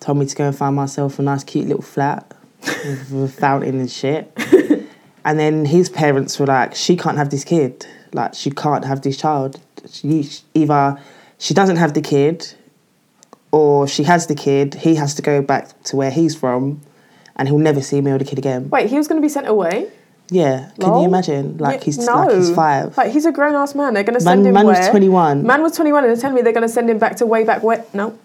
A: Told me to go and find myself a nice, cute little flat with a fountain and shit. and then his parents were like, "She can't have this kid. Like, she can't have this child. She either she doesn't have the kid, or she has the kid. He has to go back to where he's from, and he'll never see me or the kid again."
C: Wait, he was going to be sent away.
A: Yeah, can
C: Lol.
A: you imagine? Like
C: Yeah,
A: he's like he's
C: no.
A: five.
C: Like he's a grown ass man. They're going to send
A: Man,
C: him
A: man was
C: where?
A: twenty one.
C: Man was 21 and they're telling me they're going to send him back to way back where? No.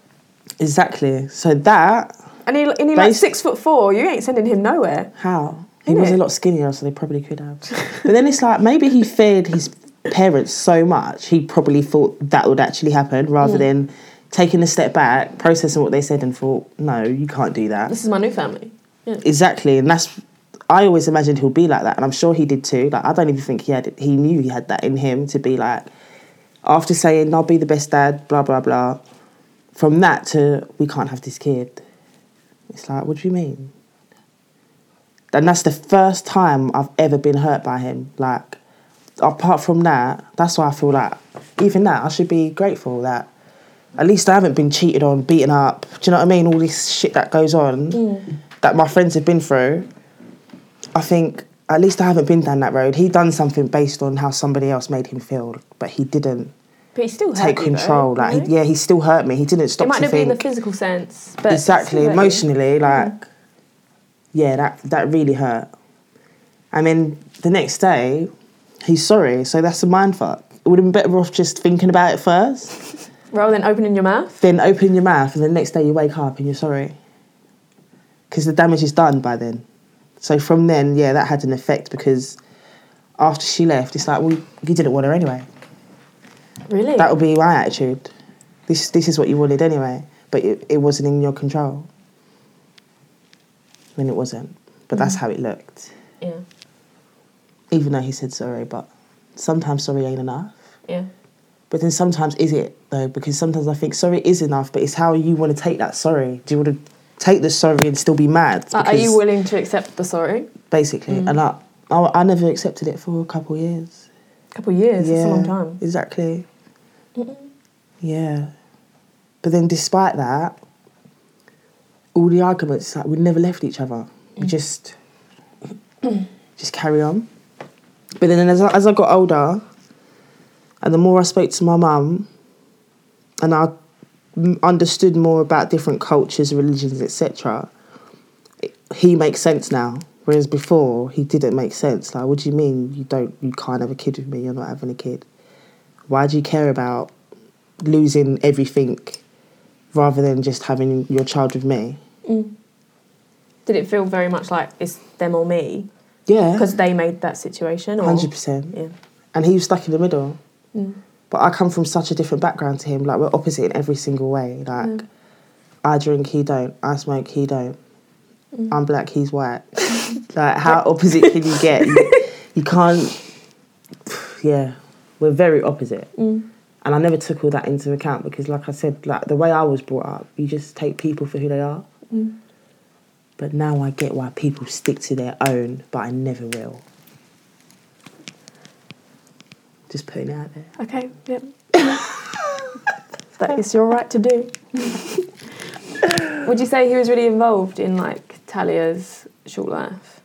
A: exactly. So that
C: And he, and he like
A: Bas-
C: six foot four. You ain't sending him nowhere.
A: How? He
C: Innit?
A: was a lot skinnier, so they probably could have. but then it's like maybe he feared his parents so much, he probably thought that would actually happen rather than taking a step back, processing what they said, and thought, no, you can't do that.
C: This is my new family.
A: Exactly, and that's. I always imagined he'll be like that, and I'm sure he did too. Like I don't even think he had it. He knew he had that in him to be like. After saying I'll be the best dad, blah blah blah, from that to we can't have this kid. It's like, what do you mean? And that's the first time I've ever been hurt by him. Like, apart from that, that's why I feel like even that I should be grateful that at least I haven't been cheated on, beaten up. Do you know what I mean? All this shit that goes on
C: Mm.
A: that my friends have been through. I think at least I haven't been down that road. He done something based on how somebody else made him feel, but he didn't
C: But he still hurt
A: take
C: you, though,
A: control. like,
C: you know?
A: he, yeah, he still hurt me. He didn't stop
C: It might
A: to
C: not be in the
A: think
C: physical sense, but
A: exactly
C: still hurt you.
A: emotionally like yeah that that really hurt and then the next day he's sorry so that's a mind fuck it would have been better off just thinking about it first
C: Rather than opening your mouth.
A: then opening your mouth and the next day you wake up and you're sorry because the damage is done by then so from then yeah that had an effect because after she left it's like well you didn't want her anyway
C: Really?
A: that would be my attitude. This this is what you wanted anyway, but it, it wasn't in your control. I mean, it wasn't, but
C: Mm.
A: that's how it looked.
C: yeah.
A: Even though he said sorry, but sometimes sorry ain't enough.
C: Yeah.
A: But then sometimes is it though? Because sometimes I think sorry is enough, but it's how you want to take that sorry. Do you want to take the sorry and still be mad?
C: Like, are you
A: Because-
C: willing Mm. to accept the sorry?
A: Basically, and I, I I never accepted it for a couple of years.
C: A couple of years. That's a long time.
A: Exactly. Yeah. But then despite that, all the arguments like we never left each other.
C: Mm.
A: We just just carry on. But then as I, as I got older, and the more I spoke to my mum, and I m- understood more about different cultures, religions, etc. it- He makes sense now, whereas before he didn't make sense. Like, what do you mean you don't? You can't have a kid with me. You're not having a kid. Why do you care about losing everything rather than just having your child with me?
C: Did it feel very much like it's them or me?
A: Yeah,
C: Because they made that situation? Or,
A: hundred percent.
C: Yeah.
A: and he was stuck in the middle. Mm. But I come from such a different background to him. Like we're opposite in every single way. Like I drink, he don't. I smoke, he don't. I'm black, he's white. like how opposite can you get? You, you can't. Yeah, we're very opposite. And I never took all that into account because, like I said, like the way I was brought up, you just take people for who they are. Mm. But now I get why people stick to their own, but I never will. Just putting it out there.
C: Okay, yep. that is your right to do. Would you say he was really involved in like Talia's short life?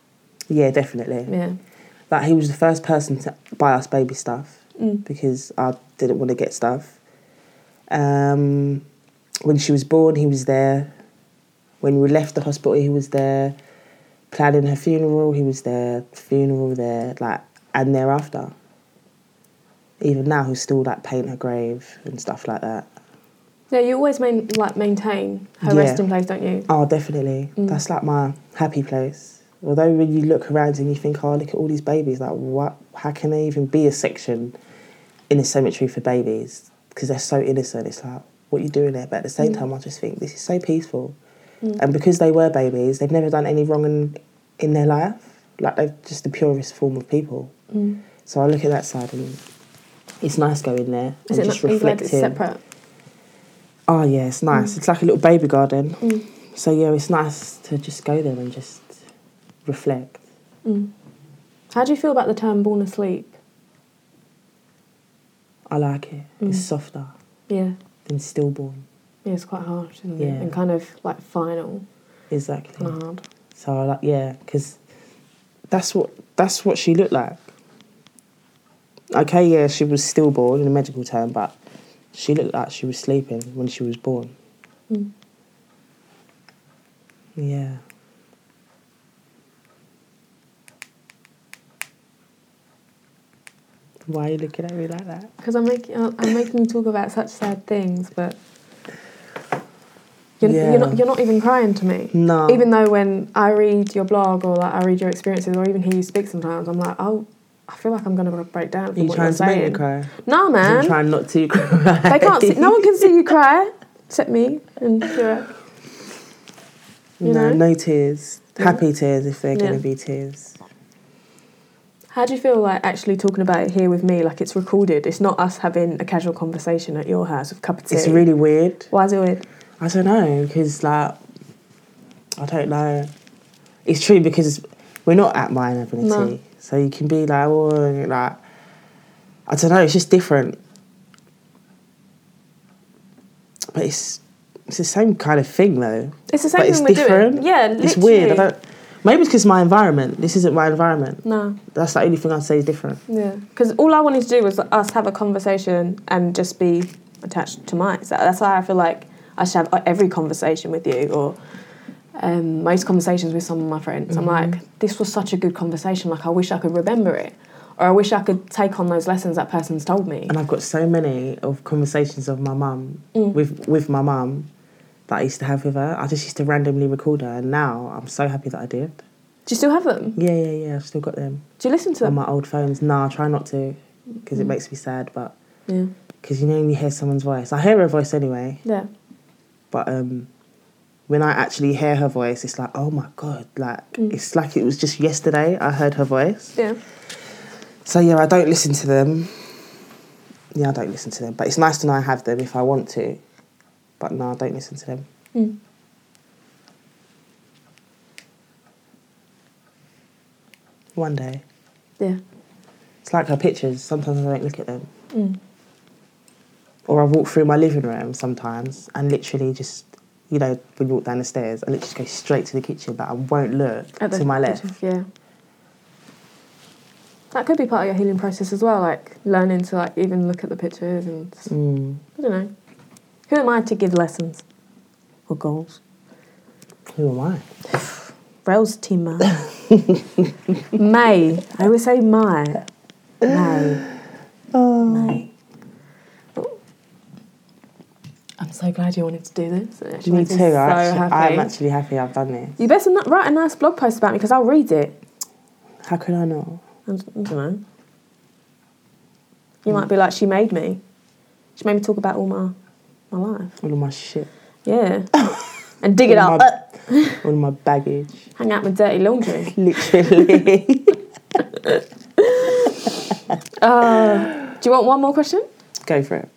A: Yeah, definitely.
C: Yeah.
A: Like he was the first person to buy us baby stuff because I didn't want to get stuff. Um, when she was born, he was there. When we left the hospital, he was there. Planning her funeral, he was there. Funeral there, like, and thereafter. Even now, he'll still like paint her grave and stuff like that.
C: Yeah, you always main, like maintain her
A: Yeah.
C: resting place, don't you?
A: Oh, definitely.
C: Mm.
A: That's like my happy place. Although when you look around and you think, oh, look at all these babies, like what? How can there even be a section in a cemetery for babies? Because they're so innocent. It's like, what are you doing there? But at the same
C: Mm.
A: time, I just think this is so peaceful.
C: Mm.
A: And because they were babies, they've never done any wrong in, in their life. Like they're just the purest form of people.
C: Mm.
A: So I look at that side and it's nice going there
C: Is
A: and
C: it
A: just
C: not, I'm glad
A: reflecting.
C: it's separate? Mm.
A: Oh yeah, it's nice. It's like a little baby garden. So yeah, it's nice to just go there and just reflect.
C: Mm. How do you feel about the term born asleep?
A: I like it.
C: Mm.
A: It's softer
C: Yeah.
A: than stillborn.
C: Yeah, it's quite harsh, isn't
A: Yeah.
C: it? And kind of like final,
A: Exactly.
C: kind of hard.
A: So I like yeah, because that's what that's what she looked like. Okay, yeah, she was stillborn in a medical term, but she looked like she was sleeping when she was born.
C: Mm.
A: Yeah. Why are you looking at me like that?
C: Because I'm making I'm I'm making you talk about such sad things, but you're,
A: Yeah.
C: you're not you're not even crying to me.
A: No.
C: Even though when I read your blog or like I read your experiences or even hear you speak sometimes, I'm like, oh, I feel like I'm gonna break down.
A: Are
C: From
A: you
C: what
A: trying
C: you're
A: to
C: saying.
A: make me cry?
C: No,
A: I'm
C: man.
A: trying not to cry.
C: They can't. See, no one can see you cry except me and Kira. you
A: no,
C: know?
A: no tears. Happy tears if they're
C: Yeah.
A: going to be tears.
C: How do you feel like actually talking about it here with me? Like it's recorded. It's not us having a casual conversation at your house with a cup of tea.
A: It's really weird.
C: Why is it weird?
A: I don't know because like I don't know. It's true because we're not at my ability,
C: No.
A: so you can be like, oh, like I don't know. It's just different, but it's it's the same kind of thing though.
C: It's the same
A: but
C: thing
A: it's
C: we're
A: different.
C: doing. Yeah, literally.
A: It's weird. I don't. Maybe it's because my environment. This isn't my environment.
C: No.
A: That's the only thing I'd say is different.
C: Yeah, because all I wanted to do was us have a conversation and just be attached to mine. So that's why I feel like I should have every conversation with you or um, most conversations with some of my friends. I'm like, this was such a good conversation. Like, I wish I could remember it. Or I wish I could take on those lessons that person's told me.
A: and I've got so many of conversations of my mum
C: Mm.
A: with with my mum that I used to have with her. I just used to randomly record her, and now I'm so happy that I did.
C: Do you still have them?
A: Yeah, yeah, yeah. I've still got them
C: Do you listen to
A: on
C: them?
A: my old phones. Nah, I try not to because
C: Mm.
A: it makes me sad. But
C: Yeah.
A: because you know when you hear someone's voice, I hear her voice anyway.
C: Yeah.
A: But um, when I actually hear her voice, it's like, oh my god, like
C: Mm.
A: it's like it was just yesterday I heard her voice.
C: Yeah.
A: So yeah, I don't listen to them. Yeah, I don't listen to them. But it's nice to know I have them if I want to. But no, I don't listen to them.
C: Mm.
A: One day.
C: Yeah.
A: It's like her pictures. Sometimes I don't look at them.
C: Mm.
A: Or I walk through my living room sometimes and literally just, you know, when you walk down the stairs, I literally just go straight to the kitchen. Like I won't look
C: At the
A: to my left.
C: pictures, Yeah. That could be part of your healing process as well, like learning to like even look at the pictures and
A: Mm.
C: I don't know. Who am I to give lessons or goals?
A: Who am I?
C: Rails team man. May. I always say my. May.
A: Oh.
C: May. I'm so glad you wanted to do this. It actually
A: Me
C: makes
A: too.
C: So
A: I actually,
C: happy.
A: I'm actually happy I've done this.
C: you better not write a nice blog post about me because I'll read it.
A: How could I not?
C: I don't know. You might be like, she made me. She made me talk about all my, my life.
A: All of my shit.
C: Yeah. and dig it
A: all
C: up.
A: of my- all of my baggage.
C: Hang out with dirty laundry.
A: Literally.
C: Uh, do you want one more question?
A: Go for it.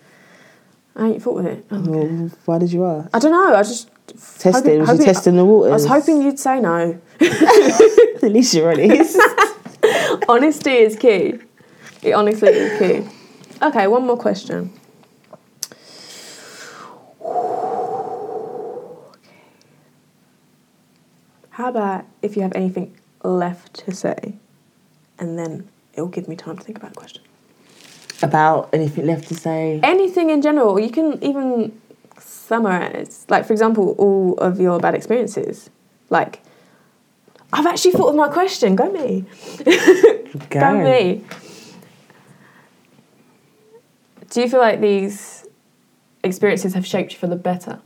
C: I ain't thought with it. Oh, okay.
A: Well, why did you ask?
C: I don't know. I just
A: Testing.
C: hoping-
A: was
C: hoping-
A: you testing the waters?
C: I was hoping you'd say no.
A: At least you're honest.
C: Honesty is key. It honestly is key. Okay, one more question. How about if you have anything left to say, and then it'll give me time to think about a question.
A: about anything left to say?
C: anything in general. You can even summarize, like for example, all of your bad experiences. Like, I've actually thought of my question. Go me.
A: Go.
C: Go me. Do you feel like these experiences have shaped you for the better?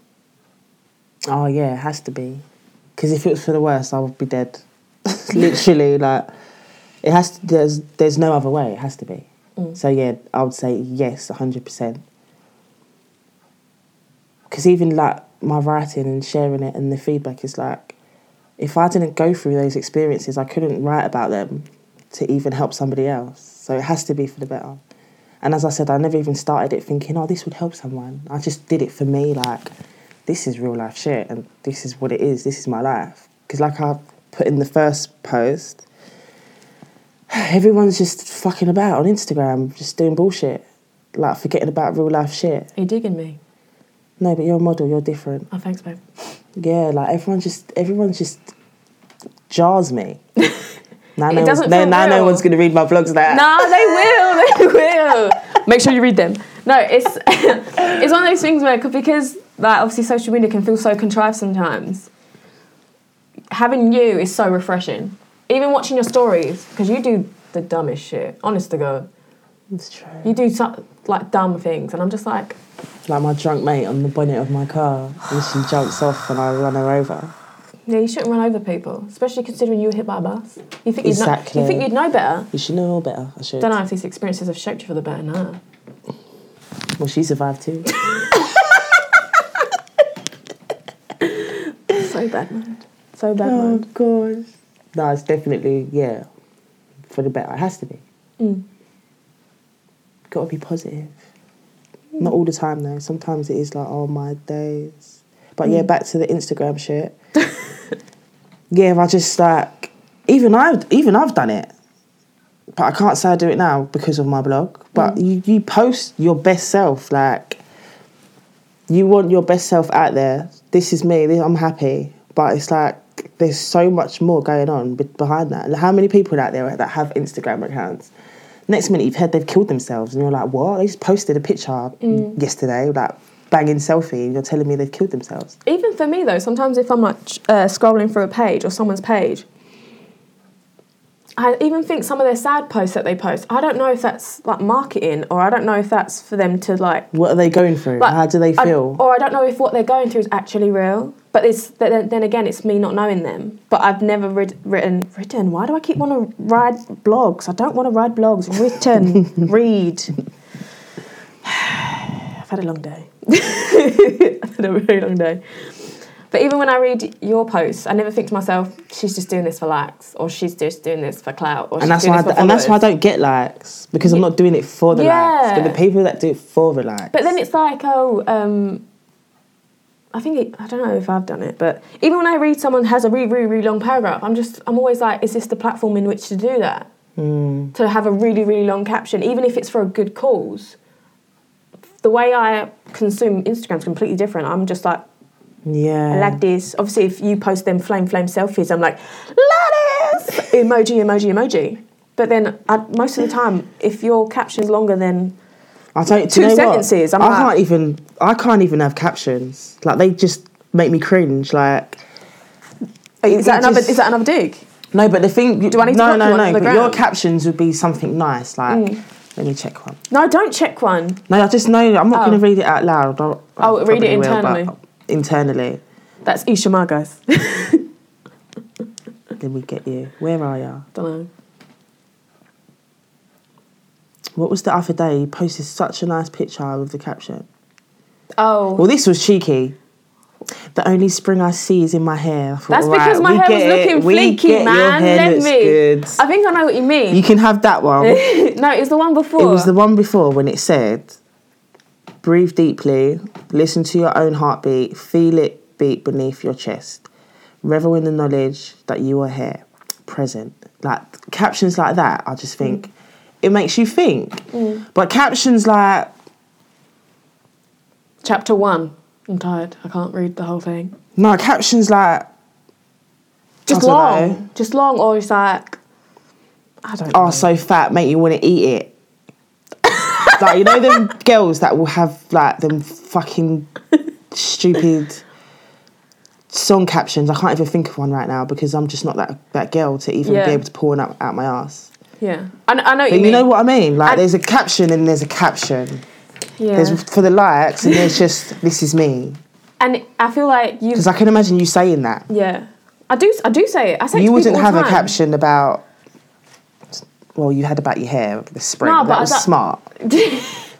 A: Oh yeah, it has to be. Because if it was for the worst, I would be dead. Literally, like it has. To, there's there's no other way. It has to be.
C: Mm.
A: So yeah, I would say yes, hundred percent. Because even like my writing and sharing it and the feedback is like, if I didn't go through those experiences, I couldn't write about them to even help somebody else. So it has to be for the better. And as I said, I never even started it thinking, oh, this would help someone. I just did it for me. Like, this is real life shit, and this is what it is. This is my life. Because, like I put in the first post, everyone's just fucking about on Instagram, just doing bullshit, like forgetting about real life shit.
C: Are you digging me?
A: No, but you're a model. You're different.
C: Oh, thanks, babe.
A: Yeah, like everyone just everyone just jars me. Now,
C: It
A: no, one's,
C: doesn't
A: no,
C: feel
A: now no
C: real.
A: one's gonna read my blogs like that.
C: No, they will. They will. Make sure you read them. No, it's it's one of those things where c- because like obviously social media can feel so contrived sometimes. Having you is so refreshing. Even watching your stories because you do the dumbest shit. Honest to God,
A: It's true.
C: you do so, like dumb things, and I'm just like,
A: Like my drunk mate on the bonnet of my car, and she jumps off and I run her over.
C: yeah, you shouldn't run over people, especially considering you were hit by a bus. You think
A: Exactly.
C: you'd know, you think you'd know better.
A: You should know all better. I should.
C: Don't know if these experiences have shaped you for the better now.
A: Well, she survived too.
C: So bad, man. So bad,
A: oh
C: man.
A: gosh. No, it's definitely yeah, for the better. It has to be.
C: Mm.
A: Got to be positive. Not all the time though. Sometimes it is like oh my days. But yeah, back to the Instagram shit. yeah, I just like even I've even I've done it. But I can't say I do it now because of my blog. But you, you post your best self, like you want your best self out there. This is me. This, I'm happy, but it's like there's so much more going on be- behind that. Like, how many people out there that have Instagram accounts? Next minute, you've heard they've killed themselves, and you're like, "What? They just posted a picture
C: Mm.
A: yesterday, like banging selfie. And you're telling me they've killed themselves."
C: even for me though sometimes if i'm like uh, scrolling through a page or someone's page i even think some of their sad posts that they post i don't know if that's like marketing or i don't know if that's for them to like
A: What are they going through?
C: like,
A: how do they
C: I-
A: feel?
C: or i don't know if what they're going through is actually real but it's th- then, then again it's me not knowing them but i've never writ written written why do i keep want to ride blogs i don't want to ride blogs written read i've had a long day I've had a very long day but even when I read your posts, I never think to myself, she's just doing this for likes, or she's just doing this for clout, or she's
A: and that's
C: doing
A: why, I,
C: this for
A: and that's why I
C: followers."
A: don't get likes because I'm not doing it for the likes, but
C: Yeah.
A: the people that do it for the likes.
C: But then it's like, oh, um, I think it, I don't know if I've done it, but even when I read someone has a really, really, really long paragraph, I'm just I'm always like, is this the platform in which to do that? To have a really, really long caption, even if it's for a good cause. The way I consume Instagram is completely different. I'm just like,
A: yeah,
C: I like this. Obviously, if you post them flame flame selfies, I'm like, lattice! emoji, emoji, emoji. But then I, most of the time, if your caption is longer than
A: I don't.
C: two
A: do you know
C: sentences,
A: What?
C: I'm
A: I
C: like-
A: can't even. I can't even have captions. Like they just make me cringe. Like
C: is that
A: it
C: another
A: just-
C: is that another dig?
A: no, but the thing. Do
C: I need to
A: no,
C: put
A: no,
C: one
A: no.
C: on the
A: but your
C: ground? Mm.
A: captions would be something nice. Like let me check one.
C: No, don't check one.
A: No, I just know. I'm not
C: Oh.
A: going to read it out loud. I'll,
C: Oh, read it internally.
A: internally,
C: That's Ishama, guys.
A: then we get you. Where are you?
C: Don't know.
A: What was the other day? You posted such a nice picture with the caption.
C: Oh,
A: Well, this was cheeky. The only spring I see is in my hair. I thought,
C: that's
A: right,
C: because my
A: we
C: hair
A: get
C: was
A: it.
C: looking
A: We
C: fleeky,
A: get your
C: man.
A: hair
C: Let
A: looks
C: me.
A: good.
C: I think I know what you mean.
A: You can have that one. it
C: no, it's the one before.
A: was the one before when it said, breathe deeply, listen to your own heartbeat, feel it beat beneath your chest. Revel in the knowledge that you are here, present. Like captions like that, I just think it makes you think. But captions like,
C: Chapter one. I'm tired. I can't read the whole thing.
A: no, captions like,
C: Just
A: don't
C: long.
A: know.
C: Just long, or it's like I don't know.
A: oh, so fat, make you want to eat it. like you know them girls that will have like them fucking stupid song captions. I can't even think of one right now because I'm just not that that girl to even
C: Yeah.
A: be able to pour one out, out my ass.
C: Yeah, I, kn- I know
A: But
C: what you
A: you
C: mean.
A: know what I mean? Like
C: And-
A: there's a caption and there's a caption.
C: Yeah,
A: There's for the likes and there's just this is me
C: and I feel like you.
A: because I can imagine you saying that.
C: yeah, I do. I do say it. I say it
A: you
C: to
A: wouldn't
C: people all
A: have
C: the
A: a
C: time.
A: caption about. Well, you had about your hair, the spring.
C: No,
A: that
C: but I
A: was
C: don't-
A: smart.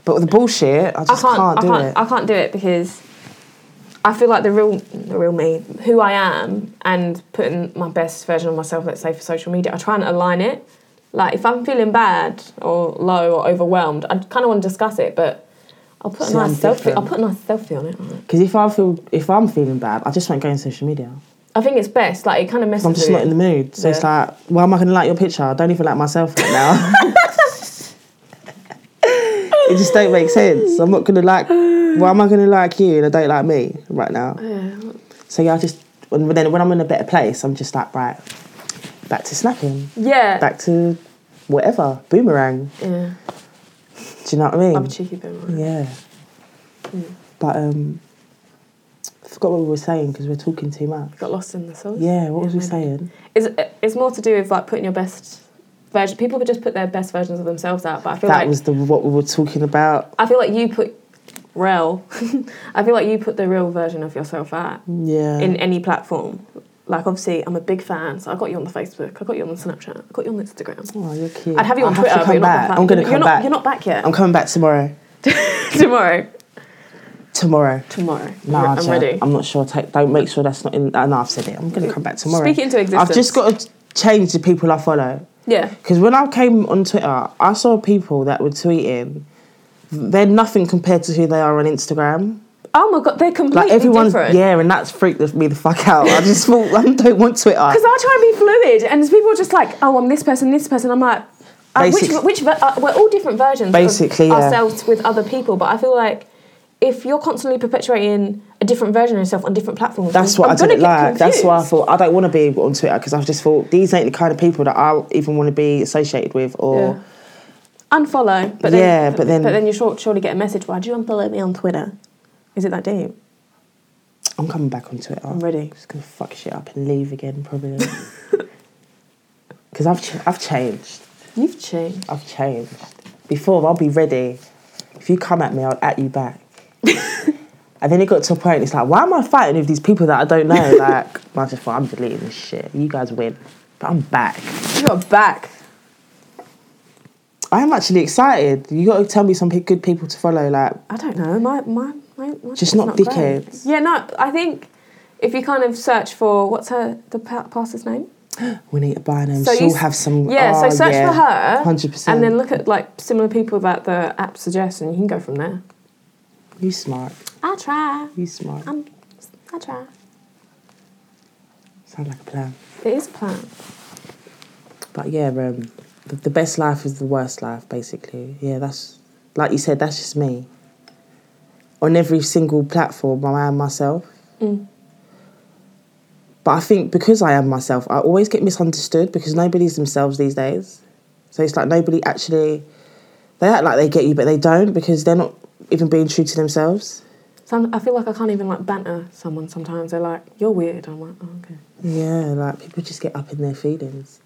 A: But with the bullshit, I
C: I
A: just
C: can't.
A: can't,
C: I
A: do
C: can't.
A: it.
C: I can't do it because I feel like the real, the real me, who I am, and putting my best version of myself, let's say, for social media. I try and align it. Like if I'm feeling bad or low or overwhelmed, I kind of want to discuss it, but. I'll put
A: See,
C: a
A: I'm
C: nice selfie.
A: different.
C: I'll put a nice selfie on it. right?
A: Because if I feel, if I'm feeling bad, I just won't go on social media.
C: I think it's best. Like it kind of messes.
A: I'm just
C: with
A: not in the mood. So it's
C: Yeah.
A: like, why am I going to like your picture? I don't even like myself right now. it just don't make sense. I'm not going to like. Why am I going to like you and I don't like me right now?
C: Yeah.
A: So yeah, I just. And then when I'm in a better place, I'm just like right, back to snapping,
C: Yeah.
A: back to whatever boomerang.
C: Yeah.
A: Do you know what I mean?
C: I'm Hmm. a cheeky boomerang.
A: Yeah. But um, forgot what we were saying because we're talking too much.
C: Got lost in the sauce.
A: Yeah, what was we
C: maybe.
A: saying?
C: It's, it's more to do with like putting your best version. People could just put their best versions of themselves out, but I feel
A: That
C: like
A: was the what we were talking about.
C: I feel like you put real. I feel like you put the real version of yourself out
A: Yeah.
C: in any platform. Like obviously, I'm a big fan, so I got you on the Facebook, I got you on the Snapchat, I got you on Instagram.
A: oh, you're cute.
C: I'd have you on
A: I
C: Twitter,
A: to
C: but
A: come
C: you're
A: back.
C: not back.
A: I'm gonna
C: you're
A: come
C: not,
A: back.
C: You're not back yet.
A: I'm coming back tomorrow.
C: tomorrow.
A: Tomorrow.
C: Tomorrow.
A: No,
C: I'm ready.
A: I'm not sure. Take, don't make sure that's not in. Uh, no, I've said it. I'm gonna come back tomorrow.
C: Speak it into existence.
A: I've just got to change the people I follow.
C: yeah.
A: Because when I came on Twitter, I saw people that were tweeting. They're nothing compared to who they are on Instagram.
C: Oh my god, they're completely
A: Like everyone's
C: different.
A: yeah, and that's freaked me the fuck out. I just thought I don't want Twitter.
C: Because I try and be fluid, and there's people just like, oh, I'm this person, this person. I'm like, uh, which,
A: Basic-
C: which ver- uh, we're all different versions
A: Basically,
C: of
A: yeah.
C: ourselves with other people. But I feel like if you're constantly perpetuating a different version of yourself on different platforms,
A: That's what
C: I'm- I'm
A: I
C: gonna
A: didn't
C: get
A: like. That's why I
C: confused.
A: thought I don't want to be on Twitter because I just thought these ain't the kind of people that I even want to be associated with. Or
C: Yeah. Unfollow, but then,
A: Yeah, but then-
C: but then you short, surely get a message. Why do you unfollow me on Twitter? Is it that deep?
A: I'm coming back on Twitter.
C: I'm ready.
A: just gonna fuck shit up and leave again probably. Because I've ch- I've changed.
C: You've changed.
A: I've changed. Before I'll be ready. If you come at me, I'll at you back. and then it got to a point. It's like, why am I fighting with these people that I don't know? Like, I just thought I'm deleting this shit. You guys win, but I'm back.
C: You got back.
A: I'm actually excited. You got to tell me some pe- good people to follow. Like,
C: I don't know. My my my. my
A: Just
C: it's
A: not
C: great.
A: dickheads.
C: Yeah, no. I think if you kind of search for what's her the pa- pastor's name.
A: we need to buy them.
C: So you
A: She'll
C: s-
A: have some.
C: Yeah.
A: oh,
C: so search for her.
A: Hundred percent.
C: And then look at like similar people that the app suggests, and you can go from there.
A: you smart.
C: I try.
A: You smart.
C: I'm. I try.
A: Sound like a plan.
C: It is planned.
A: But yeah, um, the, the best life is the worst life, basically. Yeah, that's like you said. That's just me. On every single platform, I am myself.
C: Mm.
A: But I think because I am myself, I always get misunderstood because nobody's themselves these days. So it's like nobody actually. They act like they get you, but they don't because they're not even being true to themselves.
C: Some, I feel like I can't even like banter someone sometimes. They're like, "You're weird." I'm like, oh, "Okay,"
A: Yeah, like people just get up in their feelings.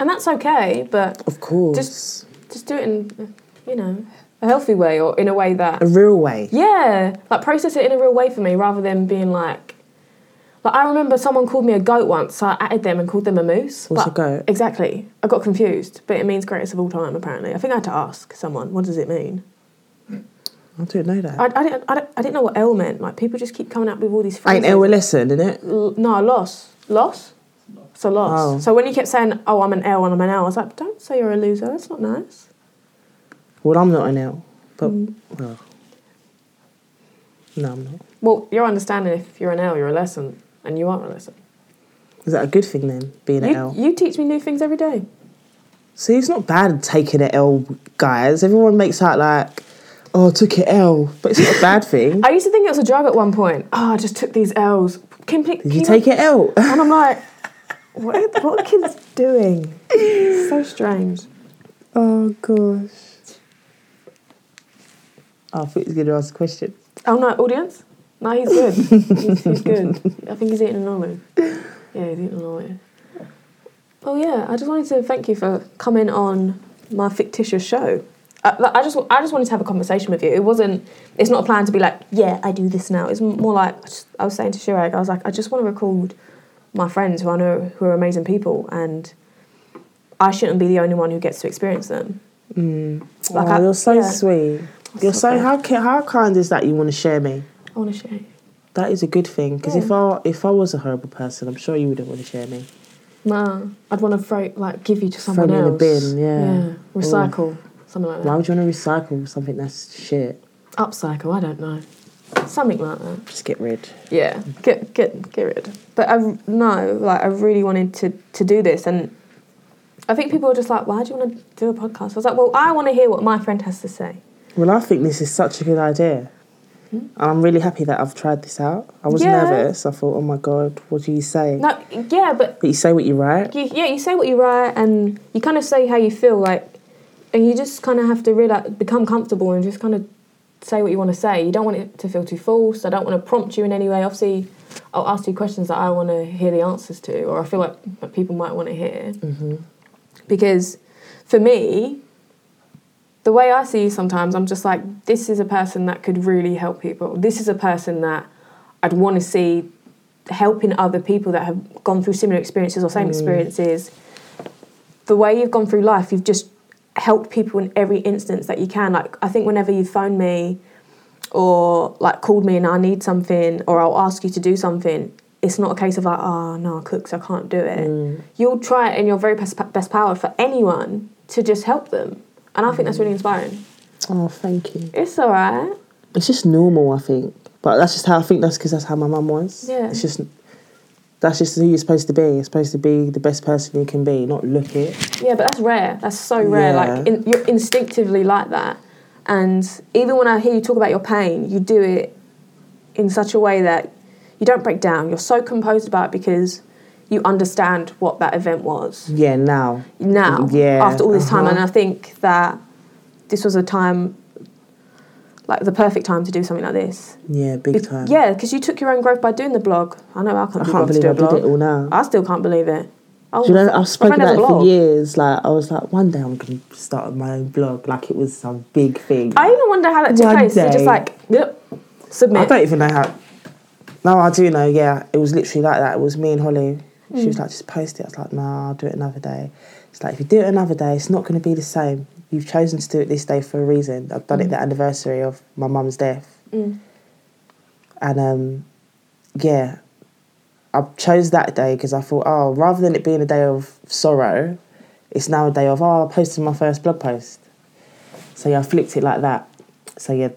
C: and that's okay. But
A: Of course,
C: Just- just do it in, you know, a healthy way or in a way that
A: a real way.
C: Yeah, like process it in a real way for me rather than being like. Like I remember someone called me a goat once, so I added them and called them a moose.
A: What's
C: but-
A: a goat?
C: Exactly. I got confused, but it means greatest of all time apparently. I think I had to ask someone, what does it mean?
A: I didn't know that.
C: I, I, didn't, I, don't- I didn't know what L meant. Like people just keep coming up with all these phrases.
A: Ain't ill a lesson, innit?
C: L- no, loss. Loss? It's a loss.
A: Oh.
C: So when you kept saying, oh, I'm an L and I'm an L, I was like, don't say you're a loser. That's not nice.
A: Well, I'm not an L, but
C: Mm.
A: well, no, I'm not.
C: Well, you're understanding if you're an L, you're a lesson, and you aren't a lesson.
A: Is that a good thing then, being an
C: You,
A: L?
C: you teach me new things every day.
A: See, it's not bad taking an L, guys. Everyone makes out like, oh, I took an L, but it's not a bad thing.
C: I used to think it was a drug at one point. Oh, I just took these L's. Complete.
A: Did you take an L?
C: And I'm like, what are, what are kids doing? so strange.
A: oh gosh. Oh, I thought you were going to ask a question.
C: Oh no, audience? No, he's good. he's, he's good. I think he's eating an olive. Yeah, he's eating an olive. Oh yeah, I just wanted to thank you for coming on my fictitious show. I, like, I just wa- I just wanted to have a conversation with you. It wasn't. It's not a plan to be like, yeah, I do this now. It's more like I, just, I was saying to Shirag, I was like, I just want to record my friends who I know who are amazing people, and I shouldn't be the only one who gets to experience them. Like
A: Aw,
C: I-
A: Oh, you're so
C: yeah.
A: sweet. You're so,
C: okay.
A: how how how kind is that? You want to share me?
C: I want to share.
A: That is a good thing because if I if I was a horrible person, I'm sure you wouldn't want to share me.
C: Nah, I'd want to throw like give you to
A: Throw
C: someone
A: me in a
C: else.
A: bin, yeah. Ooh.
C: recycle something like that.
A: Why would you want to recycle something that's shit?
C: Upcycle, I don't know, something like that.
A: Just get rid.
C: Yeah, get get get rid. But I r- no, like I really wanted to to do this, and I think people were just like, "Why do you want to do a podcast?" I was like, "Well, I want to hear what my friend has to say."
A: Well, I think this is such a good idea. And I'm really happy that I've tried this out. I was
C: Hmm? Yeah.
A: nervous. I thought, oh my god, what do you say?
C: No, yeah, but
A: But you say what you write.
C: you, yeah, you say what you write, and you kind of say how you feel, like, and you just kind of have to realize, become comfortable, and just kind of say what you want to say. You don't want it to feel too false. I don't want to prompt you in any way. Obviously, I'll ask you questions that I want to hear the answers to, or I feel like that people might want to hear. Because for me, the way I see you sometimes, I'm just like, this is a person that could really help people. This is a person that I'd want to see helping other people that have gone through similar experiences or same experiences. The way you've gone through life, you've just helped people in every instance that you can. Like, I think whenever you phone me or like called me and I need something or I'll ask you to do something, it's not a case of like, oh no, I cook, so I can't do it. You'll try it in your very best, best power for anyone to just help them. And I think that's really inspiring.
A: Oh, thank you.
C: It's all right.
A: It's just normal, I think. But that's just how I think. That's because that's how my mum was.
C: Yeah.
A: It's just that's just who you're supposed to be. You're supposed to be the best person you can be, not look it.
C: Yeah, but that's rare. That's so rare. Like
A: Yeah.
C: in, you're instinctively like that, and even when I hear you talk about your pain, you do it in such a way that you don't break down. You're so composed about it because you understand what that event was
A: Yeah, now.
C: now
A: Yeah,
C: after all this time,
A: uh-huh.
C: and I think that this was a time, like the perfect time to do something like this.
A: Yeah, big time.
C: Yeah, because you took your own growth by doing the blog. I know I can't.
A: I
C: do
A: can't believe
C: blogs to do a
A: I did
C: blog.
A: it all now.
C: I still can't believe it. Oh,
A: Do you know,
C: my
A: I've
C: friend
A: spoken
C: has a
A: about it for
C: blog.
A: years. Like, I was like, one day I'm going to start my own blog. Like, it was some big thing.
C: I even wonder how that took
A: One
C: place. You're
A: day.
C: just like, yep,
A: I
C: submit.
A: don't even know how. No, I do know, yeah. It was literally like that. It was me and Holly. She
C: Mm.
A: was like, just post it. I was like, nah, I'll do it another day. It's like, if you do it another day, it's not going to be the same. You've chosen to do it this day for a reason. I've
C: Mm.
A: done it the anniversary of my mum's death. And um, yeah, I chose that day because I thought, oh, rather than it being a day of sorrow, it's now a day of, oh, I posted my first blog post. So yeah, I flipped it like that. So yeah,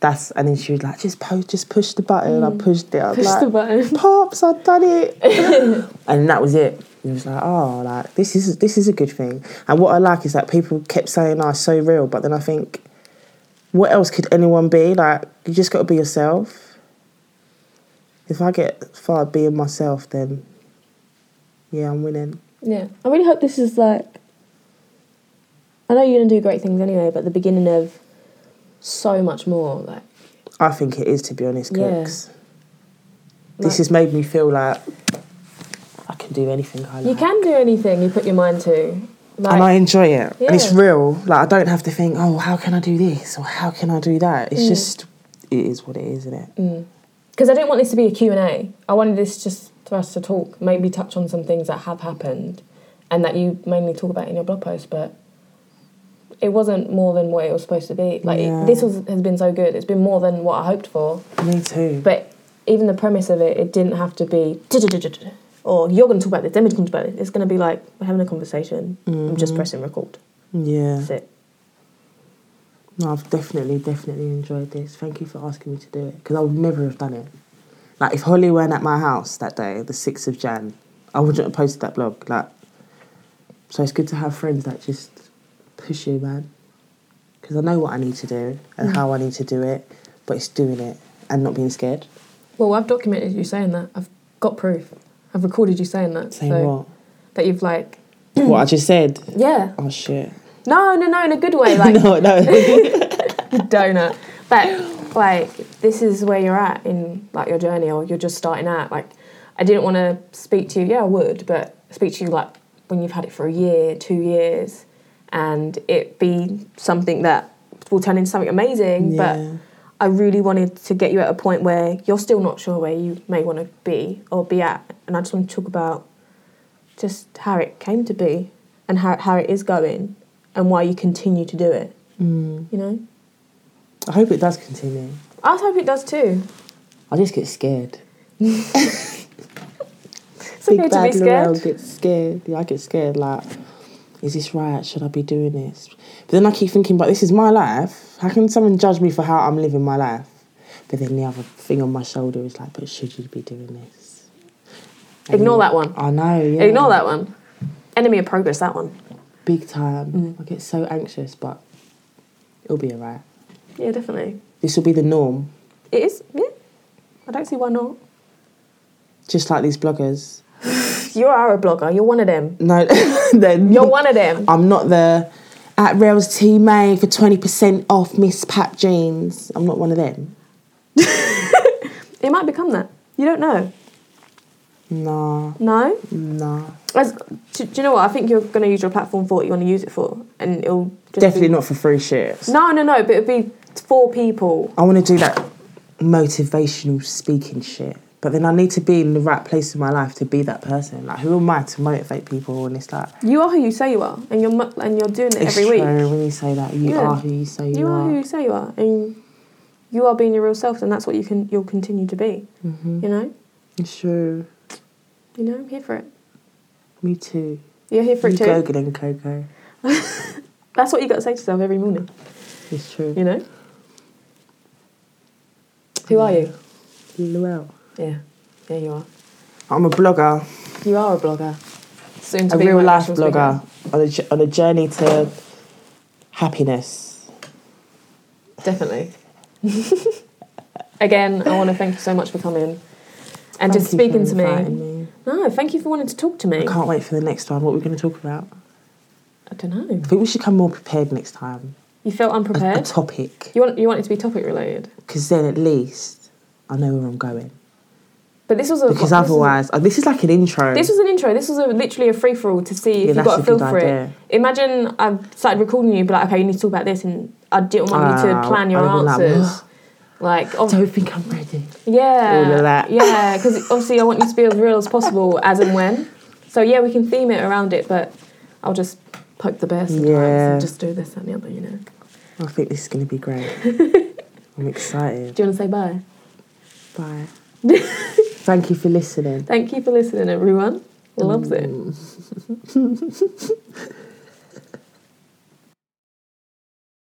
A: that's and then she was like, just post, just push the button. I pushed it. I was
C: Mm. Push
A: like,
C: the button.
A: Pops, I've done it. and that was it. It was like, oh, like this is this is a good thing. And what I like is that people kept saying, oh, it's so real. But then I think, what else could anyone be? Like, you just got to be yourself. If I get far being myself, then yeah, I'm winning.
C: Yeah. I really hope this is like. I know you're going to do great things anyway, but the beginning of so much more. Like,
A: I think it is, to be honest,
C: Yeah.
A: Cooks. This
C: Like-
A: has made me feel like I can do anything I like.
C: you can do anything you put your mind to. Like,
A: and I enjoy it. And it's
C: Yeah.
A: real. Like I don't have to think, oh, how can I do this or how can I do that?
C: Mm.
A: It's just, it is what it is, isn't it?
C: because I didn't want this to be a Q&A. I wanted this just for us to talk, maybe touch on some things that have happened and that you mainly talk about in your blog post, but it wasn't more than what it was supposed to be. Like, it-
A: Yeah.
C: this was, has been so good. It's been more than what I hoped for.
A: Me too.
C: Mm. But even the premise of it, it didn't have to be or you're going to talk about this, then we're going to talk about this. It's going to be like we're having a conversation. I'm just pressing record.
A: yeah.
C: That's it.
A: No, I've definitely, definitely enjoyed this. Thank you for asking me to do it because I would never have done it. Like if Holly weren't at my house that day, the sixth of Jan, I wouldn't have posted that blog. Like, so it's good to have friends that just push you, man. Because I know what I need to do and how I need to do it, but it's doing it and not being scared.
C: Well, I've documented you saying that. I've got proof. I've recorded you saying that.
A: Saying
C: That you've like,
A: what? what I just said.
C: yeah.
A: Oh shit.
C: No, no, no, in a good way. Like,
A: no, no.
C: donut. respect, like this is where you're at in like your journey, or you're just starting out. Like, I didn't want to speak to you. Yeah, I would, but speak to you like when you've had it for a year, two years, and it be something that will turn into something
A: Yeah.
C: amazing. But I really wanted to get you at a point where you're still not sure where you may want to be or be at, and I just want to talk about just how it came to be and how how it is going and why you continue to do it. Mm. You know.
A: I hope it does continue.
C: I hope it does too.
A: I just get scared.
C: It's okay to be
A: Laurel
C: scared.
A: gets scared. Yeah, I get scared. Like, is this right? Should I be doing this? But then I keep thinking, but this is my life. How can someone judge me for how I'm living my life? But then the other thing on my shoulder is like, but should you be doing this?
C: Ignore that one.
A: I know. Yeah.
C: Ignore that one. Enemy of progress. That one.
A: Big time.
C: Mm.
A: I get so anxious, but it'll be alright.
C: Yeah, definitely.
A: This will be the norm.
C: It is. Yeah. I don't see why not.
A: Just like these bloggers.
C: You are a blogger. You're one of them.
A: No, then
C: You're one of them.
A: I'm not the at Rails T May for twenty percent off Miss Pat jeans. I'm not one of them.
C: It might become that. You don't know.
A: Nah,
C: No.
A: nah.
C: As, do, do you know what? I think you're going to use your platform for what you want to use it for, and it'll just
A: Definitely
C: be-
A: not for free shit.
C: No, no, no. But it'll be for people.
A: I want to do that motivational speaking shit. But then I need to be in the right place in my life to be that person. Like, who am I to motivate people? And it's like,
C: You are who you say you are, and you're mu- and you're doing it
A: it's
C: every week.
A: true when you say that. You
C: Yeah.
A: are who you say you,
C: You
A: are.
C: are who you say you are, and you are being your real self, and that's what you can you'll continue to be.
A: Mm-hmm.
C: You know,
A: It's true.
C: you know, I'm here for it.
A: Me too.
C: You're here for
A: you
C: it too.
A: go, good and Coco.
C: That's what you got to say to yourself every morning.
A: It's true.
C: You know. Who are you?
A: Luell.
C: Yeah, yeah, you are.
A: I'm a blogger.
C: You are a blogger. Soon to
A: a
C: be
A: real life
C: motivational speaker.
A: blogger on a, j- on a journey to happiness.
C: Definitely. Again, I want to thank you so much for coming and just
A: Thank you
C: speaking
A: for
C: to me.
A: inviting me.
C: No, thank you for wanting to talk to me.
A: I can't wait for the next one. What we're going to talk about?
C: I don't know.
A: I think we should come more prepared next time.
C: You felt
A: A
C: unprepared.
A: topic,
C: You want you want it to be topic related,
A: because then at least I know where I'm going.
C: but this was a
A: Because
C: this was a-
A: otherwise, oh, this is like an intro.
C: This was an intro. This was a, literally a free for all to see
A: Yeah,
C: if you
A: that's
C: got
A: a
C: a feel
A: good
C: for
A: idea.
C: it. Imagine I started recording you, be like, okay, you need to talk about this, and I didn't want you
A: Oh,
C: to plan your
A: I'd have been like,
C: answers. Like,
A: I
C: ob-
A: don't think I'm ready.
C: yeah,
A: all of that.
C: yeah, because obviously I want you to be as real as possible, as and when. So yeah, we can theme it around it, but I'll just poke the bear sometimes
A: Yeah.
C: and just do this and the other. You know.
A: I think this is going to be great. I'm excited.
C: Do you want to say bye?
A: Bye. Thank you for listening.
C: Thank you for listening, everyone. Loves it.